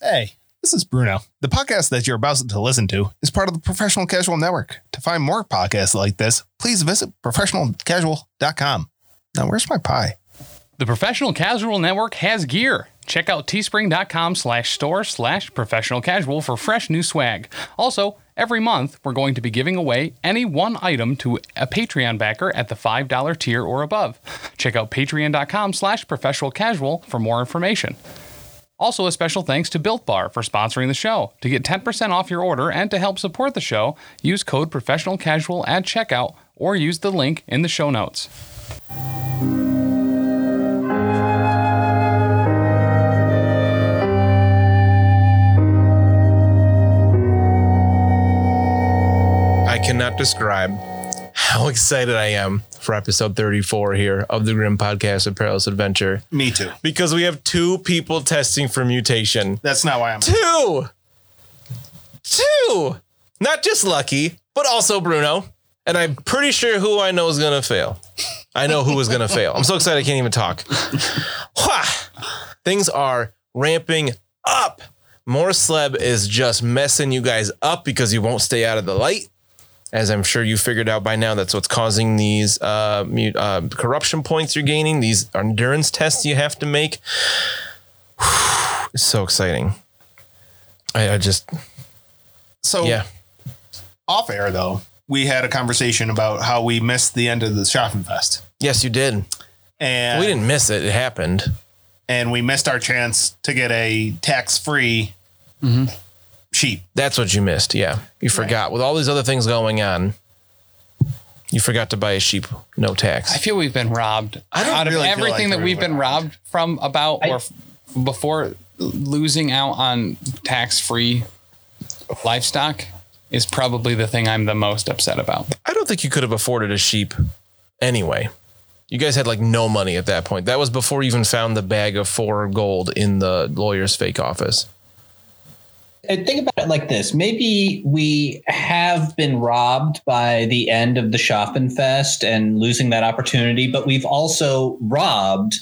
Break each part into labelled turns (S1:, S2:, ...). S1: Hey, this is Bruno. The podcast that you're about to listen to is part of the Professional Casual Network. To find more podcasts like this, please visit professionalcasual.com. Now, where's my pie?
S2: The Professional Casual Network has gear. Check out teespring.com slash store slash professional casual for fresh new swag. Also, every month we're going to be giving away any one item to a Patreon backer at the $5 tier or above. Check out patreon.com slash professional casual for more information. Also, a special thanks to Built Bar for sponsoring the show. To get 10% off your order and to help support the show, use code professional casual at checkout or use the link in the show notes.
S3: I cannot describe how excited I am for episode 34 here of the Grim Podcast of Perilous Adventure
S1: Me too.
S3: because we have two people testing for mutation.
S1: That's not why I'm.
S3: Two! Two! Not just Lucky, but also Bruno. And I'm pretty sure who I know is going to fail. I know who is going to fail. I'm so excited I can't even talk. Wha! Things are ramping up. More Sleb is just messing you guys up because you won't stay out of the light as I'm sure you figured out by now, that's what's causing these uh, mu- uh, corruption points you're gaining, these endurance tests you have to make. it's so exciting. I, I just,
S1: So,
S3: yeah.
S1: off air though, we had a conversation about how we missed the end of the Shopping Fest.
S3: Yes, you did.
S1: And
S3: We didn't miss it. It happened.
S1: and we missed our chance to get a tax free
S3: Mm-hmm.
S1: sheep.
S3: That's what you missed. Yeah. You forgot. With all these other things going on, you forgot to buy a sheep, no
S2: I
S3: tax.
S2: feel we've been robbed.
S1: I don't
S2: out of
S1: really feel
S2: everything
S1: like
S2: that we've
S1: we've been
S2: been robbed from about or f- before losing out on tax-free livestock is probably the thing I'm the most upset about.
S3: I don't think you could have afforded a sheep anyway. You guys had like no money at that point. That was before you even found the bag of four gold in the lawyer's fake office.
S4: And think about it like this maybe we have been robbed by the end of the Schaffenfest and losing that opportunity, but we've also robbed.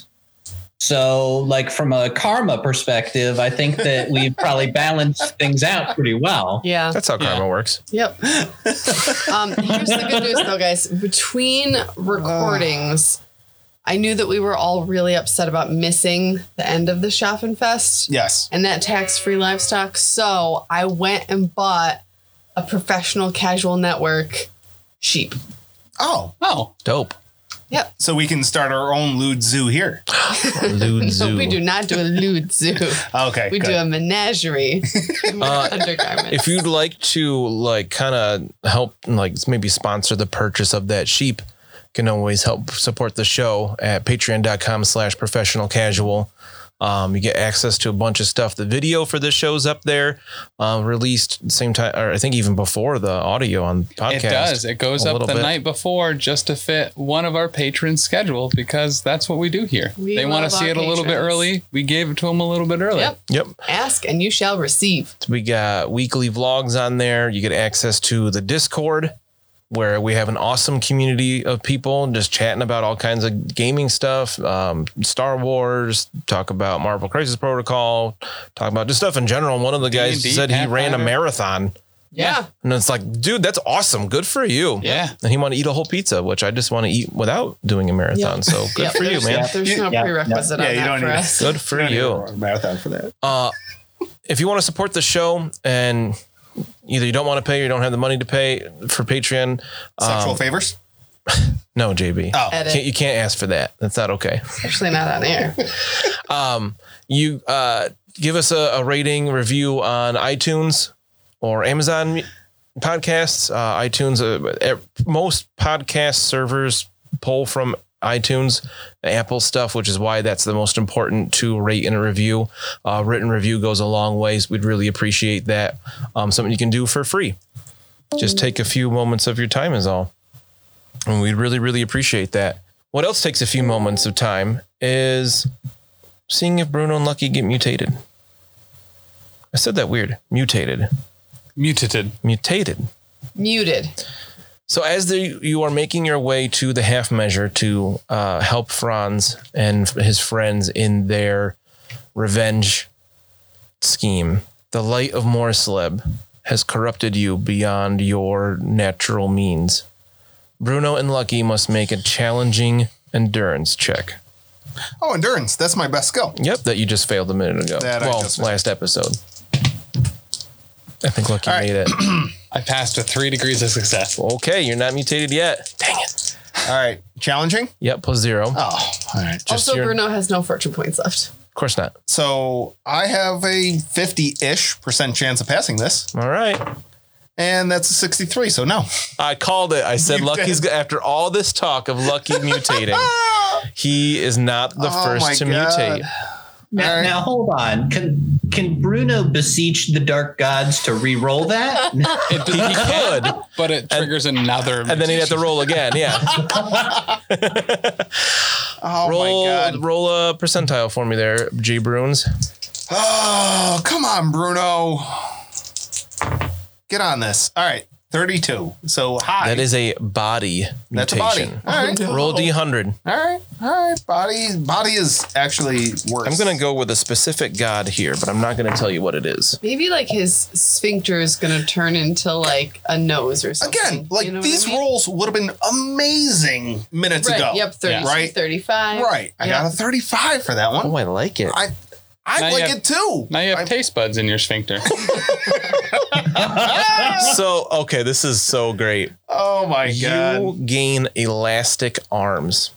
S4: So, like, from a karma perspective, I think that we've probably balanced things out pretty well.
S5: Yeah.
S3: That's how karma works.
S5: Yep. um, here's the good news, though, guys. Between recordings, I knew that we were all really upset about missing the end of the Schaffenfest
S1: Yes.
S5: and that tax free livestock. So I went and bought a professional casual network sheep.
S1: Oh,
S2: Oh,
S3: Dope.
S5: Yep.
S1: so we can start our own lewd zoo here.
S3: Lewd
S5: No,
S3: zoo.
S5: we do not do a lewd zoo.
S1: Okay.
S5: We
S1: good.
S5: do a menagerie. undergarments.
S3: If you'd like to like kind of help like maybe sponsor the purchase of that sheep, you can always help support the show at patreon.com slash professional casual. Um, you get access to a bunch of stuff. The video for this show's up there, uh, released same time, or I think even before the audio on podcast.
S2: it does. It goes
S3: a
S2: up
S3: little
S2: the
S3: bit.
S2: night before just to fit one of our patrons' schedule because that's what we do here.
S5: We
S2: they want to
S5: love
S2: see
S5: our
S2: it a little bit
S5: patrons.
S2: early. We gave it to them a little bit early.
S5: Yep.
S3: Yep.
S5: Ask and you shall receive.
S3: We got weekly vlogs on there. You get access to the Discord, where we have an awesome community of people just chatting about all kinds of gaming stuff, um, Star Wars, talk about Marvel Crisis Protocol, talk about just stuff in general. One of the guys
S2: D&D,
S3: said he ran
S2: Pathfinder.
S3: a marathon,
S2: Yeah.
S5: Yeah.
S3: and it's like, dude, that's awesome. Good for you.
S2: Yeah.
S3: And he wanted to eat a whole pizza, which I just want to eat without doing a marathon.
S5: Yep.
S3: So good
S5: Yep,
S3: for you,
S5: there's-
S3: man.
S5: There's no
S4: Yeah, yeah.
S5: prerequisite
S1: Yeah,
S5: on
S1: you
S5: that
S1: don't
S5: for
S1: need-
S5: us.
S3: Good for
S1: We're gonna
S3: you.
S1: do a marathon for that.
S3: if you want to support the show and either you don't want to pay or you don't have the money to pay for Patreon,
S1: Sexual
S3: um,
S1: favors.
S3: no, JB.
S1: Oh.
S5: Edit.
S3: Can't, you can't ask for that. That's not okay.
S5: Actually, not on air.
S3: You uh, give us a, a rating review on iTunes or Amazon mu- podcasts. Uh, iTunes, uh, ev- most podcast servers pull from iTunes, the Apple stuff, which is why that's the most important to rate and review. Uh, written review goes a long ways. We'd really appreciate that. Um, something you can do for free. Just take a few moments of your time, is all. And we'd really, really appreciate that. What else takes a few moments of time is seeing if Bruno and Lucky get mutated. I said that weird. Mutated.
S2: Mutated.
S3: Mutated.
S5: Muted.
S3: So as the, you are making your way to the half measure to uh, help Franz and his friends in their revenge scheme, the light of Morsleb has corrupted you beyond your natural means. Bruno and Lucky must make a challenging endurance check.
S1: Oh, endurance. That's my best skill.
S3: Yep, that you just failed a minute ago.
S1: That I
S3: well,
S1: just-
S3: last episode. I think Lucky
S1: All right.
S3: made it.
S2: I passed with three degrees of success.
S3: okay, you're not mutated yet. Dang it.
S1: All right. Challenging?
S3: Yep, plus zero.
S1: Oh, all right.
S3: Just
S5: also,
S3: your-
S5: Bruno has no fortune points left.
S3: Of course not.
S1: So I have a 50 ish percent chance of passing this,
S3: All right.
S1: and that's a 63. So no.
S3: I called it. I said
S1: You
S3: Lucky's
S1: did.
S3: after all this talk of Lucky mutating. He is not the
S1: Oh my
S3: first to
S1: God.
S3: mutate.
S1: All
S4: Now,
S1: right.
S4: now hold on. Can can Bruno beseech the dark gods to re-roll that?
S2: It, he
S3: Good.
S2: but it triggers another.
S3: And then he'd have to roll again. Yeah.
S1: Oh,
S3: roll
S1: my God.
S3: roll a percentile for me there, G Bruins.
S1: Oh, come on, Bruno. Get on this. All right. 32. So high.
S3: That is a body
S1: That's a body.
S3: mutation.
S1: All right.
S3: Roll D hundred.
S1: All right. All right. Body body is actually worse.
S3: I'm gonna go with a specific god here, but I'm not gonna tell you what it is.
S5: Maybe like his sphincter is gonna turn into like a nose or something.
S1: Again, like
S5: You know what I
S1: these
S5: mean?
S1: rolls would have been amazing minutes
S5: right,
S1: ago.
S5: Yep, 32,
S1: Right.
S5: 35.
S1: Right. I
S5: yep.
S1: got a 35 for that one.
S3: Oh, I like it.
S1: I I
S2: Now you
S1: like
S2: have-
S1: it too.
S2: Now you have
S1: I-
S2: taste buds in your sphincter.
S3: So okay, this is so great.
S1: oh my god.
S3: You gain elastic arms.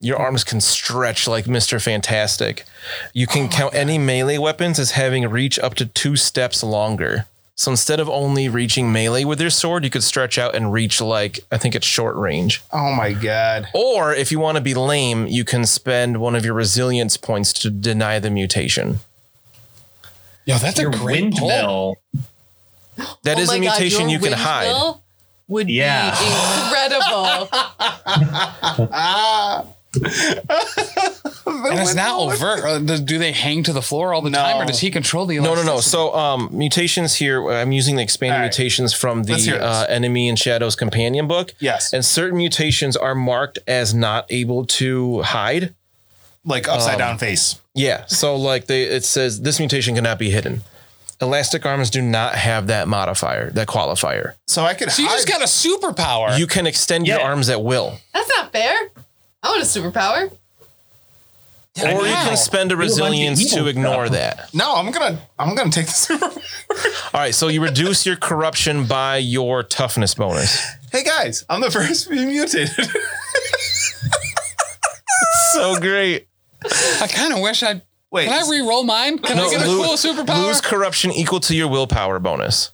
S3: Your arms can stretch like Mr. Fantastic. You can count any melee weapons as having reach up to two steps longer. So instead of only reaching melee with your sword, you could stretch out and reach like, I think it's short range.
S1: Oh my god.
S3: Or if you want to be lame, you can spend one of your resilience points to deny the mutation.
S2: Yo, that's
S4: Your
S2: a great pull.
S4: windmill.
S3: That
S5: Oh
S3: is
S5: my
S3: a
S5: God,
S3: mutation
S5: your
S3: you can hide.
S5: windmill Would
S4: Yeah.
S5: be incredible.
S2: And it's not overt. Uh, do- Do they hang to the floor all the
S1: No.
S2: time, or does he control the?
S3: No, no, no.
S2: electricity?
S3: So um, mutations here, I'm using the expanded
S1: All right.
S3: mutations from
S1: Let's hear
S3: the
S1: this.
S3: uh, Enemy and Shadows Companion book.
S1: Yes.
S3: And certain mutations are marked as not able to hide.
S1: like
S3: Um,
S1: upside down face.
S3: Yeah. So like they it says this mutation cannot be hidden. Elastic arms do not have that modifier, that qualifier.
S1: So I could
S2: So you
S1: hide.
S2: just got a superpower.
S3: You can extend your
S4: Yeah.
S3: arms at will.
S5: That's not fair. I want a superpower.
S3: or you
S1: wow.
S3: can spend a
S4: bunch of
S3: resilience
S4: evil
S3: to ignore that.
S1: No, I'm going to I'm going to take the super.
S3: All right, so you reduce your corruption by your toughness bonus.
S1: hey guys, I'm the first to be mutated.
S3: So great.
S2: I kind of wish I.
S1: Wait.
S2: Can I re-roll mine? Can I get a cool superpower?
S3: Lose corruption equal to your willpower bonus.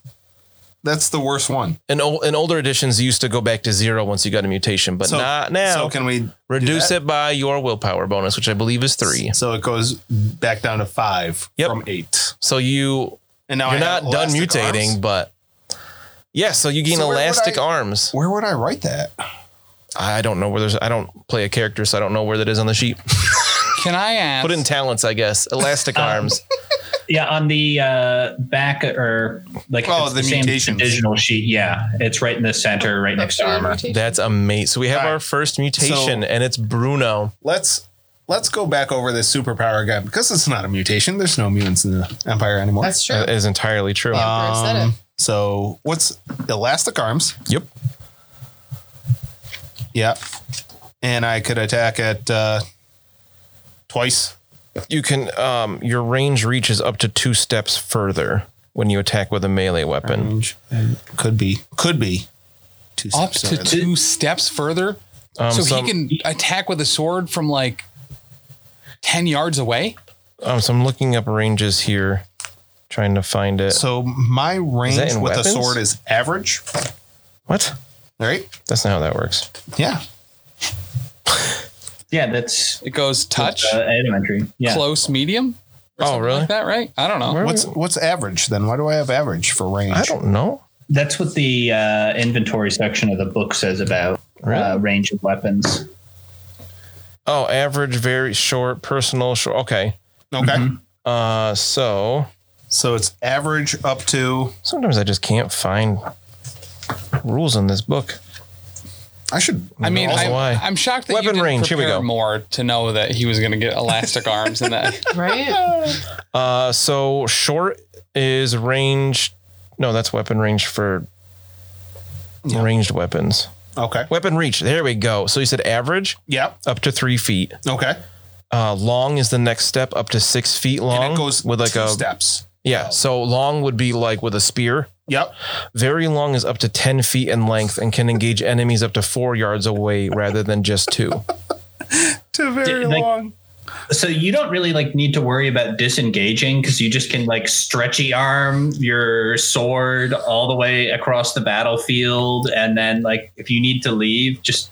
S1: That's the worst one.
S3: In, ol- in older editions, you used to go back to zero once you got a mutation, but
S1: So-
S3: not now.
S1: So can we
S3: Reduce
S1: do
S3: it by your willpower bonus, which I believe is three.
S1: So it goes back down to 5
S3: Yep.
S1: from 8.
S3: So you
S1: And now
S3: you're
S1: Oh, I have
S3: not done
S1: elastic
S3: mutating,
S1: arms?
S3: but yeah. So you gain
S1: So where would
S3: elastic
S1: I-
S3: arms.
S1: Where would I write that?
S3: I don't know where there's. I don't play a character, so I don't know where that is on the sheet.
S2: Can I ask?
S3: Put in talents, I guess. Elastic
S1: Uh,
S3: arms.
S4: Yeah, on the uh, back or like
S1: Oh,
S4: it's
S1: the mutations.
S4: digital sheet. Yeah, it's right in the center, right next to armor.
S3: That's amazing. So we have
S1: Alright.
S3: our first mutation,
S1: So-
S3: and it's Bruno.
S1: Let's let's go back over this superpower again because it's not a mutation. There's no mutants in the empire anymore.
S5: That's true.
S3: That is entirely true.
S1: Uh,
S5: Emperor said it.
S1: so what's elastic arms?
S3: yep.
S1: Yep. And I could attack at uh, twice.
S3: You can. Um, your range reaches up to two steps further when you attack with a melee weapon.
S1: Range. Could be. Could be. Two
S2: up
S1: steps
S2: to
S1: over
S2: two steps further, so
S3: Um, some-
S2: he can attack with a sword from like ten yards away.
S3: Um, so I'm looking up ranges here, trying to find it.
S1: there. So my range
S3: that
S1: with
S3: in
S1: a
S3: weapons?
S1: sword is average,
S3: what?
S1: right?
S3: That's not how that works.
S1: Yeah.
S4: Yeah, that's
S2: It goes touch,
S4: uh, elementary. Yeah,
S2: close, medium. or
S3: Oh,
S2: something
S3: really?
S2: Like that right? I don't know.
S3: Where-
S1: What's what's average then? Why do I have average for range?
S3: I don't know.
S4: that's what the uh, inventory section of the book says about uh,
S3: Really?
S4: range of weapons.
S3: Oh, average, very short, personal, short. Okay.
S1: Okay.
S3: Uh, so
S1: So it's average up to
S3: sometimes I just can't find rules in this book.
S1: I should.
S2: I mean,
S3: Also
S2: I'm,
S3: why.
S2: I'm shocked that you
S3: Weapon
S2: didn't
S3: range, here we
S2: prepare
S3: go.
S2: more to know that he was going to get elastic arms and that.
S5: right?
S3: Uh, so short is range. No, that's weapon range for ranged weapons.
S1: Okay.
S3: Weapon reach. There we go. So you said average
S1: Yep.
S3: up to three feet.
S1: Okay.
S3: Uh, long is the next step, up to six feet long.
S1: and it goes
S3: with like
S1: two
S3: a
S1: steps.
S3: yeah. So long would be like with a spear.
S1: Yep.
S3: Very long is up to ten feet in length and can engage enemies up to four yards away rather than just two.
S1: To very
S4: like-
S1: long.
S4: So you don't really like need to worry about disengaging because you just can like stretchy arm your sword all the way across the battlefield, and then like if you need to leave, just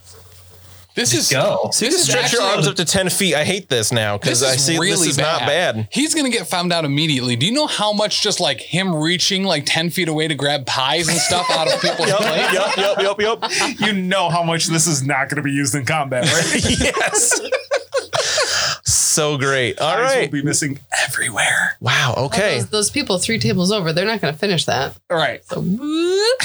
S2: This is
S4: go.
S2: This is
S3: Stretch your
S2: actually-
S3: arms up to ten feet. I hate this now because
S2: This
S3: I
S2: is
S3: see
S2: really
S3: this is
S2: bad.
S3: not bad.
S2: He's gonna get found out immediately. Do you know how much just like him reaching like ten feet away to grab pies and stuff out of people's plates?
S3: Yup, yup, yup, yup.
S1: You know how much this is not going to be used in combat, right?
S3: yes. so great. All
S1: Eyes
S3: right.
S1: will be missing everywhere.
S3: wow. Okay.
S5: Those, those people three tables over, they're not going to finish that.
S1: All right.
S5: So, whoop.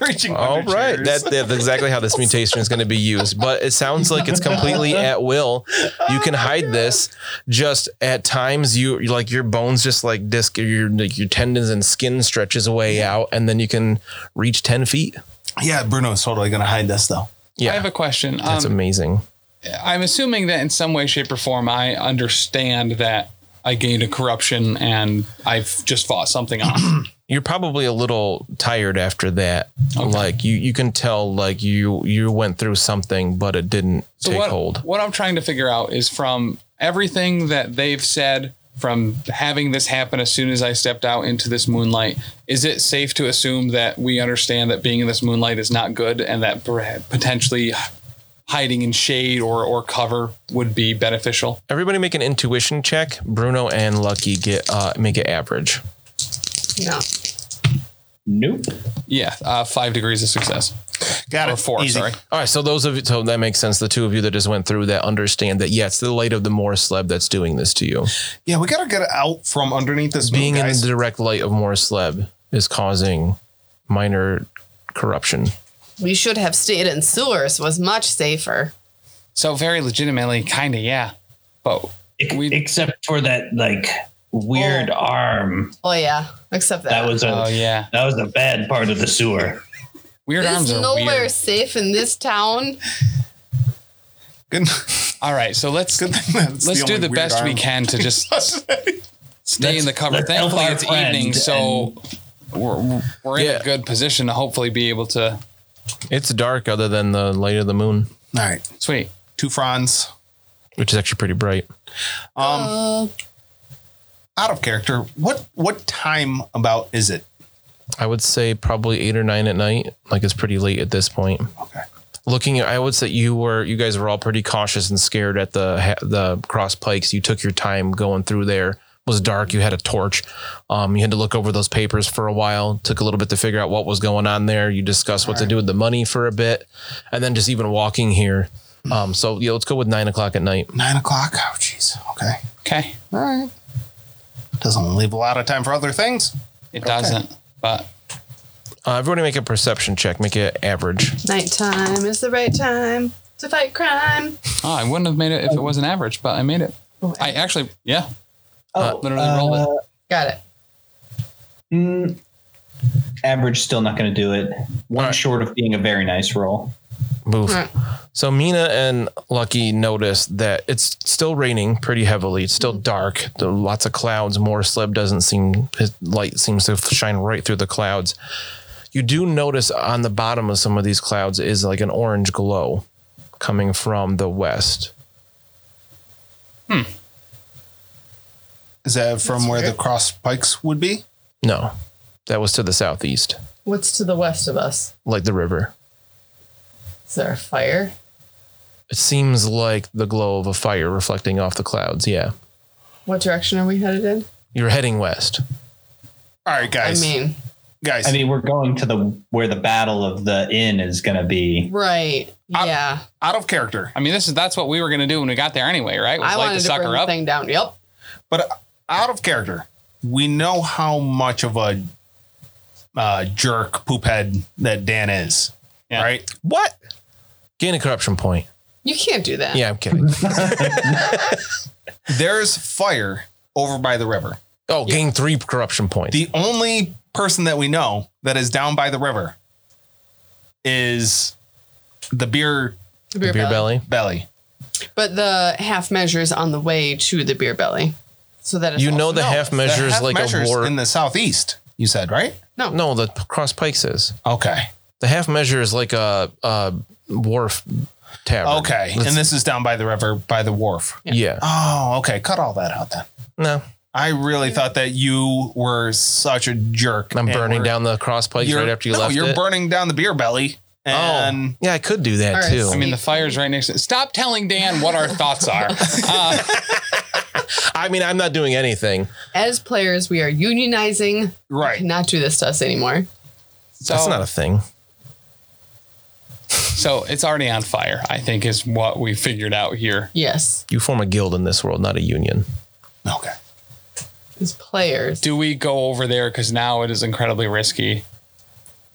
S1: Reaching.
S3: All
S1: under
S3: right.
S1: chairs.
S3: That, that's exactly how this mutation is going to be used. But it sounds like it's completely at will. You
S2: Oh
S3: can hide this. Just at times, you like your bones just like disc, your like your tendons and skin stretches way out, and then you can reach ten feet.
S1: yeah, Bruno's totally going to hide this though.
S3: Yeah.
S2: I have a question.
S3: That's
S2: Um,
S3: amazing.
S2: I'm assuming that in some way, shape, or form, I understand that I gained a corruption and I've just fought something off.
S3: you're probably a little tired after that. Like you, you can tell like you you went through something, but it didn't
S2: So
S3: take
S2: what,
S3: hold.
S2: what I'm trying to figure out is from everything that they've said, from having this happen as soon as I stepped out into this moonlight, is it safe to assume that we understand that being in this moonlight is not good and that per- potentially hiding in shade or, or cover would be beneficial?
S3: Everybody make an intuition check. Bruno and Lucky get uh make it average.
S5: no.
S4: nope.
S2: Yeah, uh, five degrees of success.
S1: Got
S2: Or four,
S1: Easy.
S2: sorry.
S3: All right, so those of you, so that makes sense. The two of you that just went through that understand that yeah, it's the light of the Morse Leb that's doing this to you.
S1: Yeah, we got to get out from underneath this. moon,
S3: Being in the
S1: guys.
S3: direct light of Morse Leb is causing minor corruption.
S5: We should have stayed in sewers, was much safer.
S2: So, very legitimately, kind of, yeah. But
S4: Ex-
S2: We-
S4: except for that like weird arm.
S5: Oh, yeah. Except that.
S4: That was a
S2: Oh, yeah.
S4: that was a bad part of the sewer.
S2: weird
S5: it's
S2: arms are
S5: nowhere
S2: weird.
S5: safe in this town.
S1: good.
S2: All right, so let's
S1: Good thing that's
S2: let's do
S1: only
S2: the
S1: weird
S2: best we
S1: arm.
S2: can to just stay in the cover.
S4: let's help
S2: Thankfully,
S4: our
S2: it's
S4: friend
S2: evening, so we're, we're in
S3: Yeah.
S2: a good position to hopefully be able to.
S3: It's dark other than the light of the moon,
S1: All right,
S2: Sweet.
S1: two fronds.
S3: which is actually pretty bright.
S5: Uh,
S1: Out of character. What what time about is it?
S3: I would say probably eight or nine at night. Like it's pretty late at this point.
S1: Okay.
S3: Looking, at, I would say you were, you guys were all pretty cautious and scared at the ha- the cross pikes. You took your time going through there. It was dark. You had a torch. Um, you had to look over those papers for a while. Took a little bit to figure out what was going on there. You discussed what to do with the money for a bit, and then just even walking here. Um, so yeah, let's go with nine o'clock at night.
S1: Nine o'clock. Oh, jeez. Okay.
S2: Okay.
S1: All right. Doesn't leave a lot of time for other things.
S2: It doesn't, but
S3: Uh, everybody make a perception check. Make it average.
S5: nighttime is the right time to fight crime.
S2: oh, I wouldn't have made it if it wasn't average, but I made it. I actually, yeah,
S4: Oh,
S2: Uh, literally rolled it.
S5: Got it.
S4: Mm, average still not going to do it. One
S3: Alright.
S4: short of being a very nice roll.
S3: Boof.
S5: Right.
S3: So Mina and Lucky noticed that it's still raining pretty heavily. It's still dark. There are lots of clouds. More slab doesn't seem his light seems to shine right through the clouds. You do notice on the bottom of some of these clouds is like an orange glow coming from the west.
S1: Is that from
S5: That's
S1: where the
S5: weird.
S1: cross pikes would be?
S3: No, that was to the southeast,
S5: What's to the west of us?
S3: like the river.
S5: Is there a fire?
S3: It seems like the glow of a fire reflecting off the clouds. Yeah,
S5: What direction are we headed in?
S3: you're heading west.
S1: All right, guys.
S5: I mean,
S1: guys.
S4: I mean, we're going to the where the battle of the inn is going to be.
S5: right.
S1: I-
S5: yeah.
S1: out of character.
S2: I mean, this is that's what we were gonna do when we got there anyway, right? Was
S5: I
S2: light
S5: wanted
S2: the
S5: to bring
S2: sucker
S5: the
S2: up.
S5: thing down. Yep.
S1: But out of character, we know how much of a uh, jerk poophead that Dan is,
S2: Yeah.
S1: right?
S3: What? Gain a corruption point.
S5: You can't do that.
S3: Yeah, I'm kidding.
S1: There's fire over by the river.
S3: Oh, gain three corruption points.
S1: The only person that we know that is down by the river is the beer
S5: The
S3: beer,
S5: beer, belly.
S3: belly.
S1: belly.
S5: But the half measure is on the way to the beer belly. So that is
S3: You know
S5: also-
S3: the half measure is
S1: half
S3: like a
S1: measure's
S3: war.
S1: in the southeast. You said right?
S5: No.
S3: no, the p- cross pikes is
S1: Okay.
S3: the half measure is like a, a wharf tavern.
S1: Okay.
S3: That's-
S1: and this is down by the river, by the wharf.
S5: Yeah.
S3: yeah.
S1: Oh, okay. Cut all that out then.
S3: No,
S1: I really thought that you were such a jerk.
S3: I'm
S1: and
S3: burning
S1: were-
S3: down the cross pikes
S1: you're-
S3: right after you
S1: no,
S3: left
S1: You're
S3: it.
S1: burning down the beer belly.
S3: oh,
S1: And
S3: yeah, I could do that
S5: All right,
S3: too.
S5: so-
S2: I mean, the fire's right next to Stop telling Dan what our thoughts are. Uh,
S3: I mean, I'm not doing anything.
S5: As players, we are unionizing.
S1: right.
S5: Cannot do this to us anymore.
S2: so,
S3: That's not a thing.
S2: so it's already on fire, I think, is what we figured out here.
S5: Yes.
S3: You form a guild in this world, not a union.
S1: Okay.
S5: As players.
S2: Do we go over there? Because now it is incredibly risky.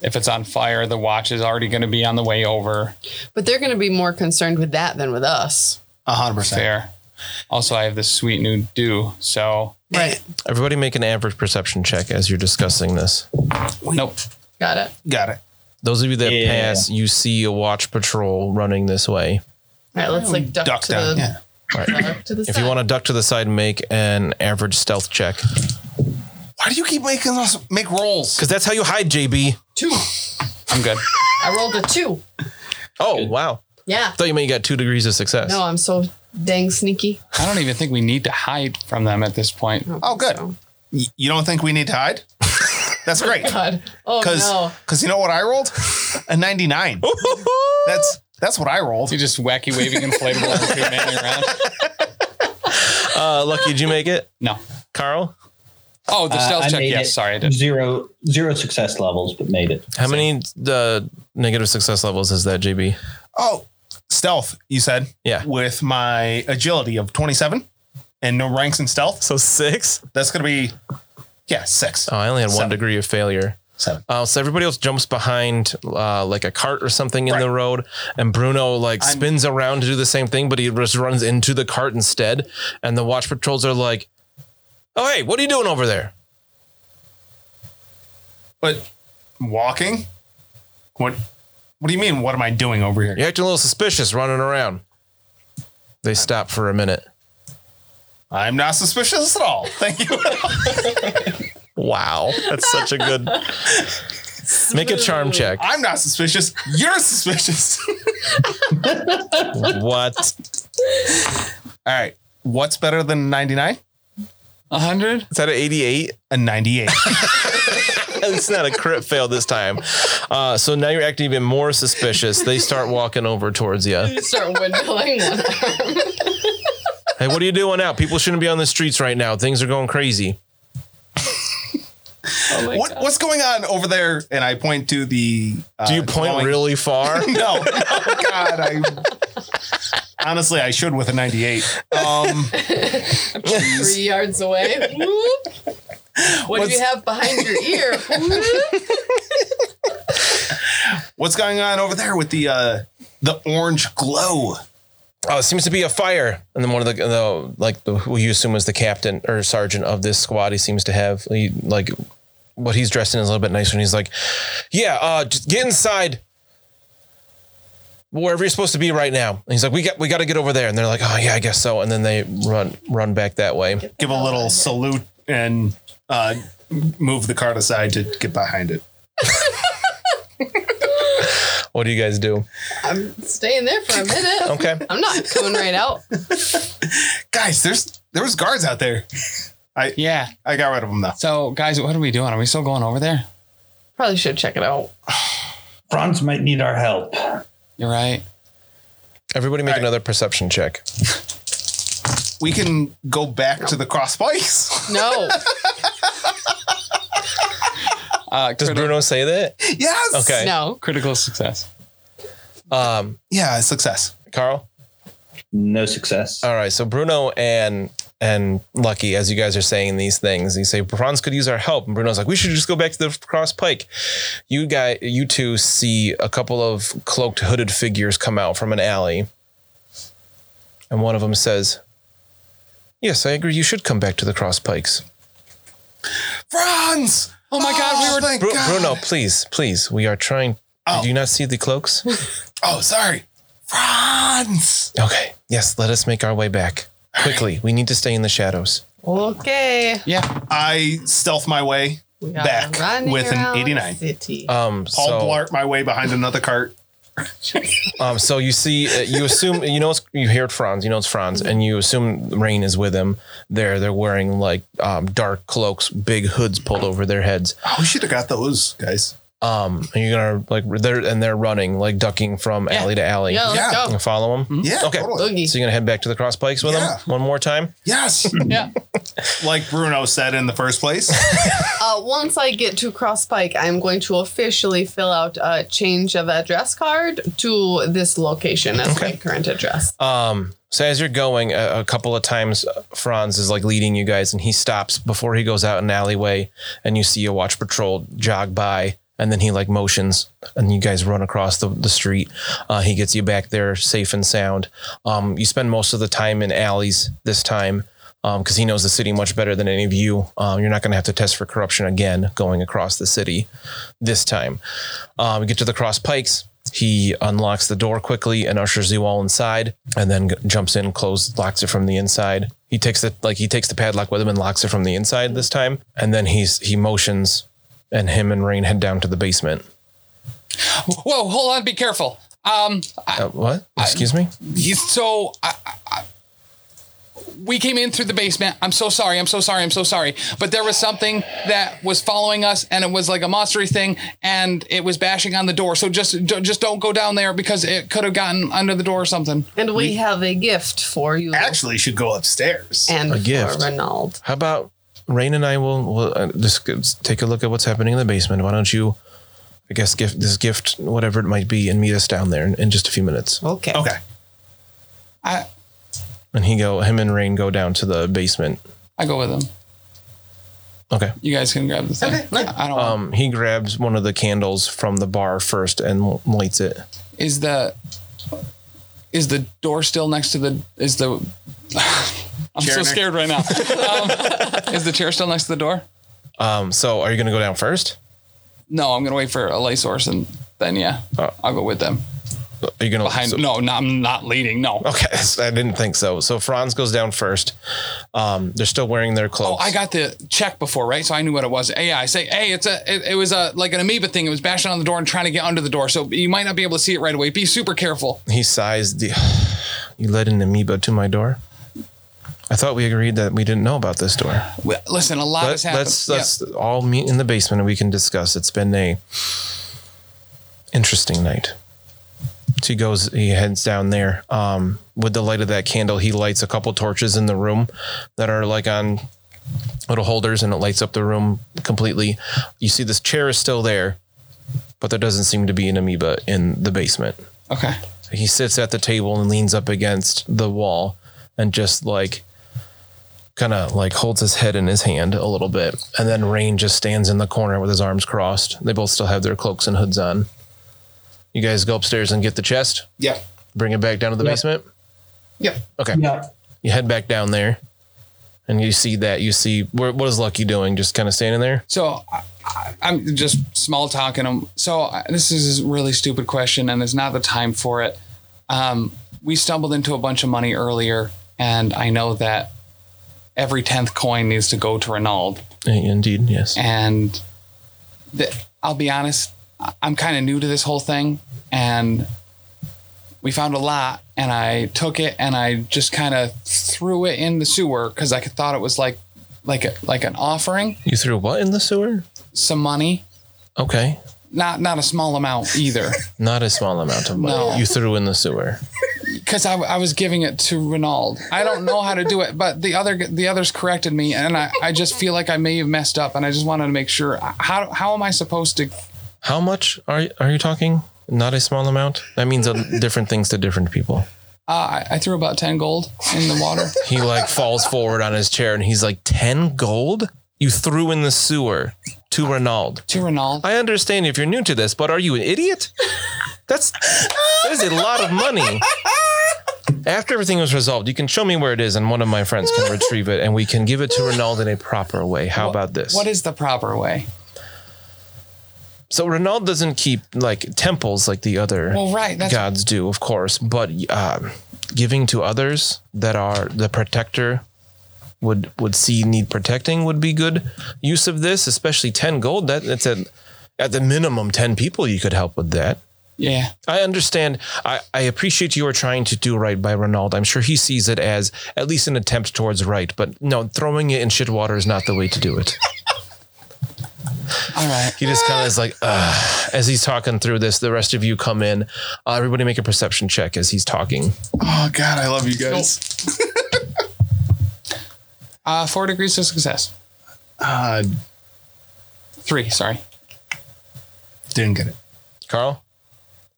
S2: If it's on fire, the watch is already going to be on the way over.
S5: but they're going to be more concerned with that than with us.
S1: A hundred percent.
S2: Fair. Also, I have this sweet new do. So,
S5: Right.
S3: Everybody make an average perception check as you're discussing this.
S2: nope.
S5: Got it.
S1: Got it.
S3: Those of you that
S4: Yeah.
S3: pass, you see a watch patrol running this way.
S5: All right, let's like duck,
S1: Duck
S5: to,
S1: down.
S5: the,
S1: Yeah.
S3: All right.
S5: duck to the
S3: If you want
S5: to.
S3: to duck to the side and make an average stealth check,
S1: Why do you keep making us make rolls?
S3: because that's how you hide, JB.
S5: Two.
S2: I'm good.
S5: I rolled a two.
S3: Oh, wow.
S5: Yeah.
S3: Thought you meant you got two degrees of success.
S5: No, I'm so dang sneaky.
S2: I don't even think we need to hide from them at this point.
S1: Oh, good.
S5: So-
S1: Y- You don't think we need to hide? That's great.
S5: God. Oh,
S1: Because
S5: no.
S1: you know what I rolled? A 99. That's that's what I rolled.
S2: You're just wacky waving inflatable and two manning around.
S3: uh, Lucky, did you make it?
S2: No.
S3: Carl,
S2: Oh, the
S4: Uh,
S2: stealth
S4: I
S2: check.
S4: made
S2: Yes,
S4: it.
S2: sorry, I did.
S4: Zero zero success levels, but made it.
S3: how many uh, negative success levels is that, JB?
S1: Oh, stealth, you said.
S3: Yeah.
S1: With my agility of 27 and no ranks in stealth.
S3: So six?
S1: That's going to be, yeah, six,
S3: Oh, I only had one
S1: Seven.
S3: degree of failure.
S1: seven.
S3: Uh, so everybody else jumps behind uh, like a cart or something in
S1: Right.
S3: the road, and Bruno like
S1: I'm-
S3: spins around to do the same thing, but he just runs into the cart instead. And the watch patrols are like, "Oh hey, what are you doing over there?"
S1: But walking? What? What do you mean? What am I doing over here?
S3: You're acting a little suspicious running around. They stop for a minute.
S1: I'm not suspicious at all. Thank you.
S3: Wow. That's such a good. Make a charm check.
S1: I'm not suspicious. You're suspicious.
S3: What?
S1: all right. What's better than 99?
S2: 100?
S3: Is that an 88?
S1: A 98.
S2: Oh
S3: it's not a crit fail this time. Uh, so now you're acting even more suspicious. They start walking over towards you.
S5: Start windmilling one arm.
S3: Hey, what are you doing now? People shouldn't be on the streets right now. Things are going crazy.
S2: Oh my
S1: what,
S2: God.
S1: what's going on over there? And I point to the. Uh,
S3: Do you point
S1: glowing-
S3: really far?
S1: No. Oh, God. I. Honestly, I should with a 98. Um,
S5: three yards away. Whoop. What do
S1: What's-
S5: you have behind your ear? Whoop.
S1: what's going on over there with the uh, the orange glow?
S3: Oh, it seems to be a fire. And then one of the, the like the, who you assume is the captain or sergeant of this squad. He seems to have he, like what he's dressed in is a little bit nicer. And he's like, "Yeah, uh, just get inside." Wherever you're supposed to be right now, and he's like, "We got, we got to get over there." And they're like, "Oh yeah, I guess so." And then they run, run back that way.
S1: Give a
S2: Oh
S1: little salute and uh, move the cart aside to get behind it.
S3: What do you guys do?
S5: I'm staying there for a minute.
S3: Okay,
S5: I'm not coming right out.
S1: Guys, there's there was guards out there.
S2: Yeah.
S1: I got rid of them though.
S2: So, guys, what are we doing? Are we still going over there?
S5: Probably should check it out.
S4: Franz might need our help.
S2: You're right.
S3: everybody make
S1: All right.
S3: another perception check.
S1: We can go back to the cross bikes.
S5: No.
S2: Uh,
S3: Does
S2: criti-
S3: Bruno say that?
S1: yes.
S3: Okay.
S5: No.
S2: critical success.
S3: Um,
S1: Yeah, success.
S3: Carl.
S4: No success.
S2: Uh,
S3: All right, so Bruno and and Lucky, as you guys are saying these things, you say Franz could use our help, and Bruno's like, we should just go back to the cross pike. You guy, you two see a couple of cloaked, hooded figures come out from an alley, and one of them says, "Yes, I agree. You should come back to the cross pikes."
S1: Franz!
S2: Oh my God, we were-
S1: thank
S3: Bru-
S1: God.
S3: Bruno, please, please, we are trying.
S1: Oh.
S3: Do you not see the cloaks?
S1: Oh, sorry. Franz!
S3: okay. Yes, let us make our way back quickly. We need to stay in the shadows.
S5: Okay.
S2: Yeah.
S1: I stealth my way
S5: We are
S1: back
S5: running
S1: with an
S5: around
S1: 89.
S5: City.
S3: Um,
S1: Paul
S3: so-
S1: blart my way behind another cart.
S3: Um, so you see, uh, you assume, you know, it's, you hear it Franz, you know, it's Franz, and you assume Rain is with him. There, they're wearing like um, dark cloaks, big hoods pulled over their heads.
S1: Oh, we should have got those guys.
S3: Um, and you're gonna like they're and they're running like ducking from
S5: Yeah.
S3: alley to alley.
S5: Yo, Mm-hmm.
S1: yeah.
S5: let's
S3: You
S5: go.
S3: gonna follow them.
S1: Yeah.
S3: Okay.
S1: Totally.
S5: Boogie.
S3: So you're gonna head back to the cross pikes with
S1: Yeah.
S3: them one more time.
S1: Yes.
S2: Yeah.
S1: like Bruno said in the first place.
S5: Uh, once I get to Cross Pike, I'm going to officially fill out a change of address card to this location as
S3: Okay.
S5: my current address.
S3: Um, so as you're going, a, a couple of times uh, Franz is like leading you guys, and he stops before he goes out an alleyway, and you see a watch patrol jog by, and then he like motions, and you guys run across the the street. Uh, he gets you back there safe and sound. Um, you spend most of the time in alleys this time. Because he knows the city much better than any of you. Um, you're not going to have to test for corruption again going across the city this time. Um, we get to the cross pikes. He unlocks the door quickly and ushers you all inside, and then g- jumps in, closes, locks it from the inside. He takes the like he takes the padlock with him and locks it from the inside this time, and then he's he motions, and him and Rain head down to the basement.
S2: Whoa, hold on. Be careful. Um,
S3: Uh, what? Excuse me.
S2: you- so I, I, I- we came in through the basement. I'm so sorry. I'm so sorry. I'm so sorry. But there was something that was following us, and it was like a monstery thing, and it was bashing on the door. So just, d- just don't go down there because it could have gotten under the door or something.
S5: And we have a gift for you
S1: Actually, should go upstairs.
S5: and
S3: a gift.
S5: for Renault.
S3: How about Rain and I will will uh, just g- take a look at what's happening in the basement. Why don't you, I guess, gift this gift whatever it might be, and meet us down there in, in just a few minutes.
S5: Okay.
S1: Okay.
S2: I,
S3: And he go him and Rain go down to the basement.
S2: I go with him.
S3: Okay.
S2: You guys can grab the thing. I don't. want
S3: Um, he grabs one of the candles from the bar first and l- lights it.
S2: is the is the door still next to the is the I'm
S1: Chair
S2: so
S1: next-
S2: scared right now. um, is the chair still next to the door?
S3: Um, so are you gonna go down first?
S2: No, I'm gonna wait for a light source and then yeah, I'll go with them.
S3: Are you gonna
S2: Behind
S3: Oh. so-
S2: no, no, I'm not leading. No,
S3: Okay, I didn't think so. So Franz goes down first. Um, they're still wearing their clothes.
S2: Oh, I got the check before, right? So I knew what it was. Hey, I say, hey, it's a, it, it was a like an amoeba thing. It was bashing on the door and trying to get under the door. So you might not be able to see it right away. Be super careful.
S3: He sighs. The, you led an amoeba to my door. I thought we agreed that we didn't know about this door.
S2: W- Listen, a lot has
S3: Let,
S2: happened.
S3: let's
S2: Yeah.
S3: let's all meet in the basement and we can discuss. It's been a interesting night. So he goes, he heads down there. Um, with the light of that candle, he lights a couple torches in the room that are like on little holders, and it lights up the room completely. You see, this chair is still there, but there doesn't seem to be an amoeba in the basement.
S2: Okay.
S3: He sits at the table and leans up against the wall and just like kind of like holds his head in his hand a little bit. And then Rain just stands in the corner with his arms crossed. They both still have their cloaks and hoods on. You guys go upstairs and get the chest,
S1: Yeah.
S3: bring it back down to the basement.
S2: Yep.
S3: Okay.
S4: Yeah.
S3: You head back down there and you see that. You see, where, what is Lucky doing? Just kind of standing there?
S2: So I, I, I'm just small talking him. So I, this is a really stupid question, and it's not the time for it. Um, we stumbled into a bunch of money earlier, and I know that every tenth coin needs to go to Ronald.
S3: Eh, Indeed, yes.
S2: And the, I'll be honest, I- I'm kind of new to this whole thing, and we found a lot, and I took it and I just kind of threw it in the sewer because I thought it was like like a, like an offering,
S3: You threw what in the sewer?
S2: some money.
S3: Okay.
S2: not not a small amount either
S3: Not a small amount of money.
S2: No.
S3: You threw in the sewer.
S2: because I, I was giving it to Ronald. I don't know how to do it, but the other the others corrected me, and I, I just feel like I may have messed up, and I just wanted to make sure. How how am I supposed to?
S3: How much are are you talking? Not a small amount. That means uh, different things to different people.
S2: Uh, I, I threw about 10 gold in the water.
S3: He like falls forward on his chair and he's like, 10 gold? You threw in the sewer to Renault.
S2: to Ronald.
S3: I understand if you're new to this, but are you an idiot? That's that is a lot of money. After everything was resolved, you can show me where it is, and one of my friends can retrieve it, and we can give it to Renault in a proper way. How about this?
S2: What is the proper way?
S3: so Renault doesn't keep like temples like the other
S2: Well, right. That's
S3: gods do, of course, but uh, giving to others that are the protector would would see need protecting would be good use of this, especially ten gold. That that's at at the minimum ten people you could help with that.
S2: yeah.
S3: I understand. I, I appreciate you are trying to do right by Ronald. I'm sure he sees it as at least an attempt towards right, but no, throwing it in shit water is not the way to do it.
S2: All right.
S3: He just kind of is like, Ugh. as he's talking through this, the rest of you come in. Uh, everybody make a perception check as he's talking.
S1: Oh God, I love you guys.
S2: Uh, four degrees of success.
S1: Uh,
S2: Three, sorry.
S1: didn't get it.
S3: Carl?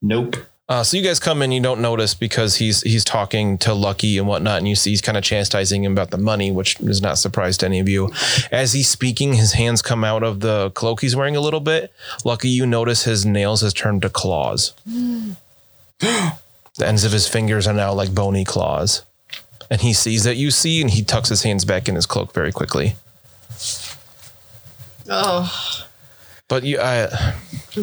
S4: Nope.
S3: Uh, so you guys come in, you don't notice because he's he's talking to Lucky and whatnot, and you see he's kind of chastising him about the money, which is not surprised to any of you. As he's speaking, his hands come out of the cloak he's wearing a little bit. Lucky, you notice his nails has turned to claws. the ends of his fingers are now like bony claws, and he sees that you see, and he tucks his hands back in his cloak very quickly.
S5: Oh,
S3: But you, I,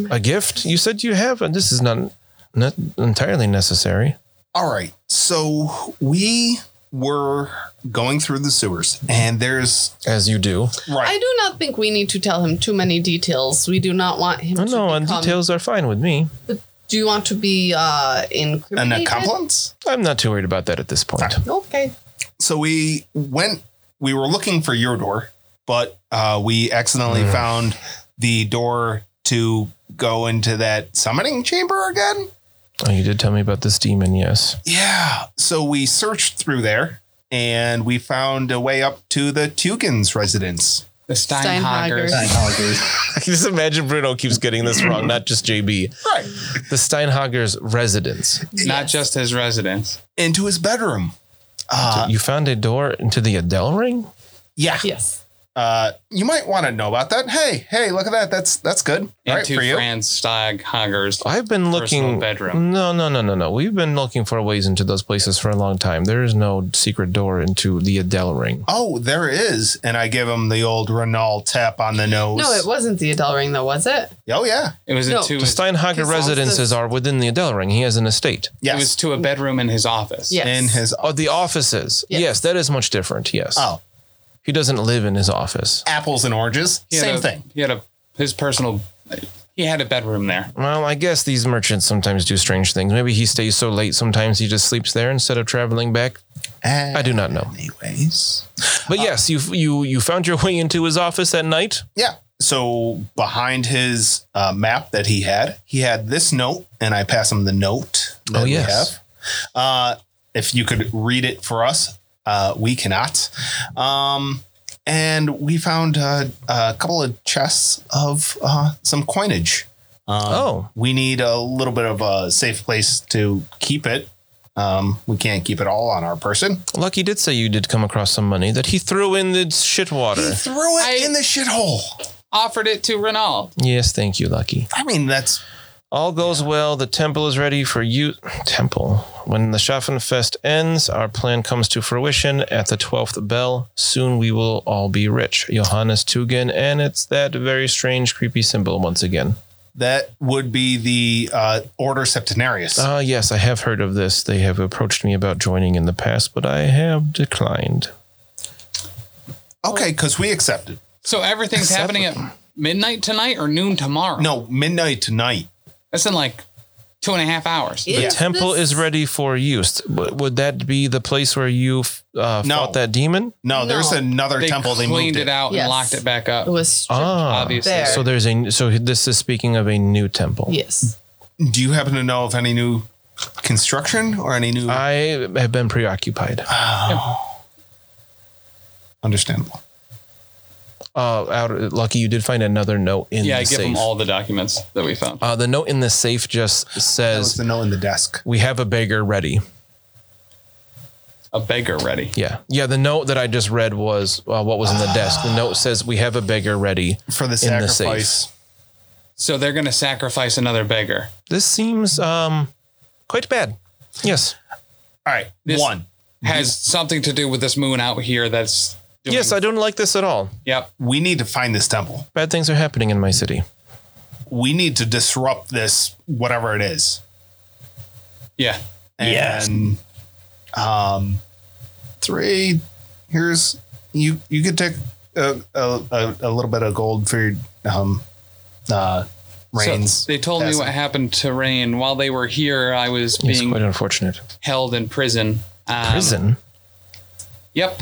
S3: a gift you said you have, and this is not not entirely necessary.
S1: All right. So we were going through the sewers, and there's
S3: As you do.
S1: right.
S5: I do not think we need to tell him too many details. We do not want him.
S3: Oh,
S5: to
S3: no, and
S5: become-
S3: details are fine with me.
S5: Do you want to be uh,
S1: an
S5: incriminated?
S1: accomplice.
S3: I'm not too worried about that at this point.
S5: Okay.
S1: So we went. We were looking for your door, but uh, we accidentally
S2: Mm.
S1: found the door to go into that summoning chamber again.
S3: Oh, you did tell me about this demon, yes.
S1: Yeah. So we searched through there, and we found a way up to the Tugans' residence.
S2: The Steinhagers.
S5: Steinhagers.
S3: I can just imagine Bruno keeps getting this wrong, not just JB.
S1: Right.
S3: The Steinhager's residence.
S2: Not
S5: Yes.
S2: just his residence.
S1: Into his bedroom.
S3: you found a door into the Adele ring?
S1: Yeah.
S5: Yes.
S1: Uh, you might want to know about that. Hey, hey, look at that. That's that's good. right
S2: Into
S1: for you.
S2: Franz Steinhagers.
S3: I've been looking.
S2: Personal bedroom.
S3: No, no, no, no, no. We've been looking for ways into those places for a long time. There is no secret door into the Adele ring.
S1: Oh, there is. And I give him the old Renal tap on the nose.
S5: No, it wasn't the Adele ring, though, was it?
S1: Oh yeah.
S2: It was
S5: No.
S2: into
S3: The
S2: his,
S3: Steinhager
S5: His
S3: residences
S5: office.
S3: are within the Adele ring. He has an estate.
S2: it was
S1: Yes.
S2: to a bedroom in his office.
S5: Yes.
S1: In his
S3: Oh, the offices.
S5: Yes.
S3: yes, that is much different. Yes.
S1: oh,
S3: He doesn't live in his office.
S1: apples and oranges.
S2: He had
S1: Same
S2: a-
S1: thing.
S2: He had a his personal he had a bedroom there.
S3: Well, I guess these merchants sometimes do strange things. Maybe he stays so late sometimes he just sleeps there instead of traveling back. I do not know.
S1: Anyways.
S5: Uh,
S3: But yes, you you you found your way into his office at night.
S1: Yeah. So behind his uh, map that he had, he had this note, and I pass him the note. That
S3: Oh,
S1: we
S3: yes.
S1: have. Uh, if you could read it for us, uh, we cannot. Um, and we found uh, a couple of chests of uh, some coinage.
S5: Uh.
S3: oh,
S1: We need a little bit of a safe place to keep it. Um, we can't keep it all on our person.
S3: Lucky did say you did come across some money that he threw in the shit water.
S1: Threw it
S2: I-
S1: in the shithole.
S2: Offered it to Ronald.
S3: yes, thank you, Lucky.
S1: I mean, that's
S3: All goes well. The temple is ready for you. Temple. When the Schaffenfest ends, our plan comes to fruition at the 12th bell. Soon we will all be rich. Johannes Tugen, and it's that very strange, creepy symbol once again.
S1: That would be the uh, Order Septenarius.
S3: Uh, yes, I have heard of this. They have approached me about joining in the past, but I have declined. oh.
S1: okay, because we accepted.
S2: So everything's happening at midnight tonight or noon tomorrow.
S1: No, midnight tonight.
S2: That's in like two and a half hours.
S5: Is
S3: The temple
S5: this-
S3: is ready for use. W- Would that be the place where you uh,
S1: No.
S3: fought that demon?
S1: No, there's
S5: No.
S1: another
S2: They
S1: temple they
S2: cleaned
S1: moved
S2: it
S1: it. Uh,
S2: out
S5: Yes.
S2: and locked it back up.
S5: It was stripped.
S3: Ah,
S2: obviously.
S5: there.
S3: so there's a so this is speaking of a new temple.
S5: yes.
S1: Do you happen to know of any new construction or any new?
S3: I have been preoccupied.
S1: understandable.
S3: Uh, out, lucky you did find another note in
S2: Yeah,
S3: the
S2: I give
S3: safe.
S2: them all the documents that we found.
S3: uh, the note in the safe just
S1: That was
S3: says
S1: the note in the desk.
S3: we have a beggar ready.
S2: a beggar ready.
S3: Yeah. Yeah. The note that I just read was uh, what was in the desk. The note says, We have a beggar ready.
S1: for the
S3: In the safe.
S1: sacrifice.
S2: So they're going to sacrifice another beggar.
S3: This seems um, quite bad. Yes.
S1: All right,
S2: This-
S1: one.
S2: Has
S3: Mm-hmm.
S2: something to do with this moon out here that's. Doing,
S3: Yes, I don't like this at all.
S2: Yep.
S1: We need to find this temple.
S3: Bad things are happening in my city.
S1: We need to disrupt this, whatever it is.
S2: Yeah.
S4: Yes.
S1: And, um, three. Here's you. You could take a, a, a, a little bit of gold for your, um, uh, reins.
S2: So they told me
S1: Passing.
S2: what happened to Rain while they were here. I was
S3: It's
S2: being
S3: quite unfortunate.
S2: held in prison. Um,
S3: Prison?
S2: Yep.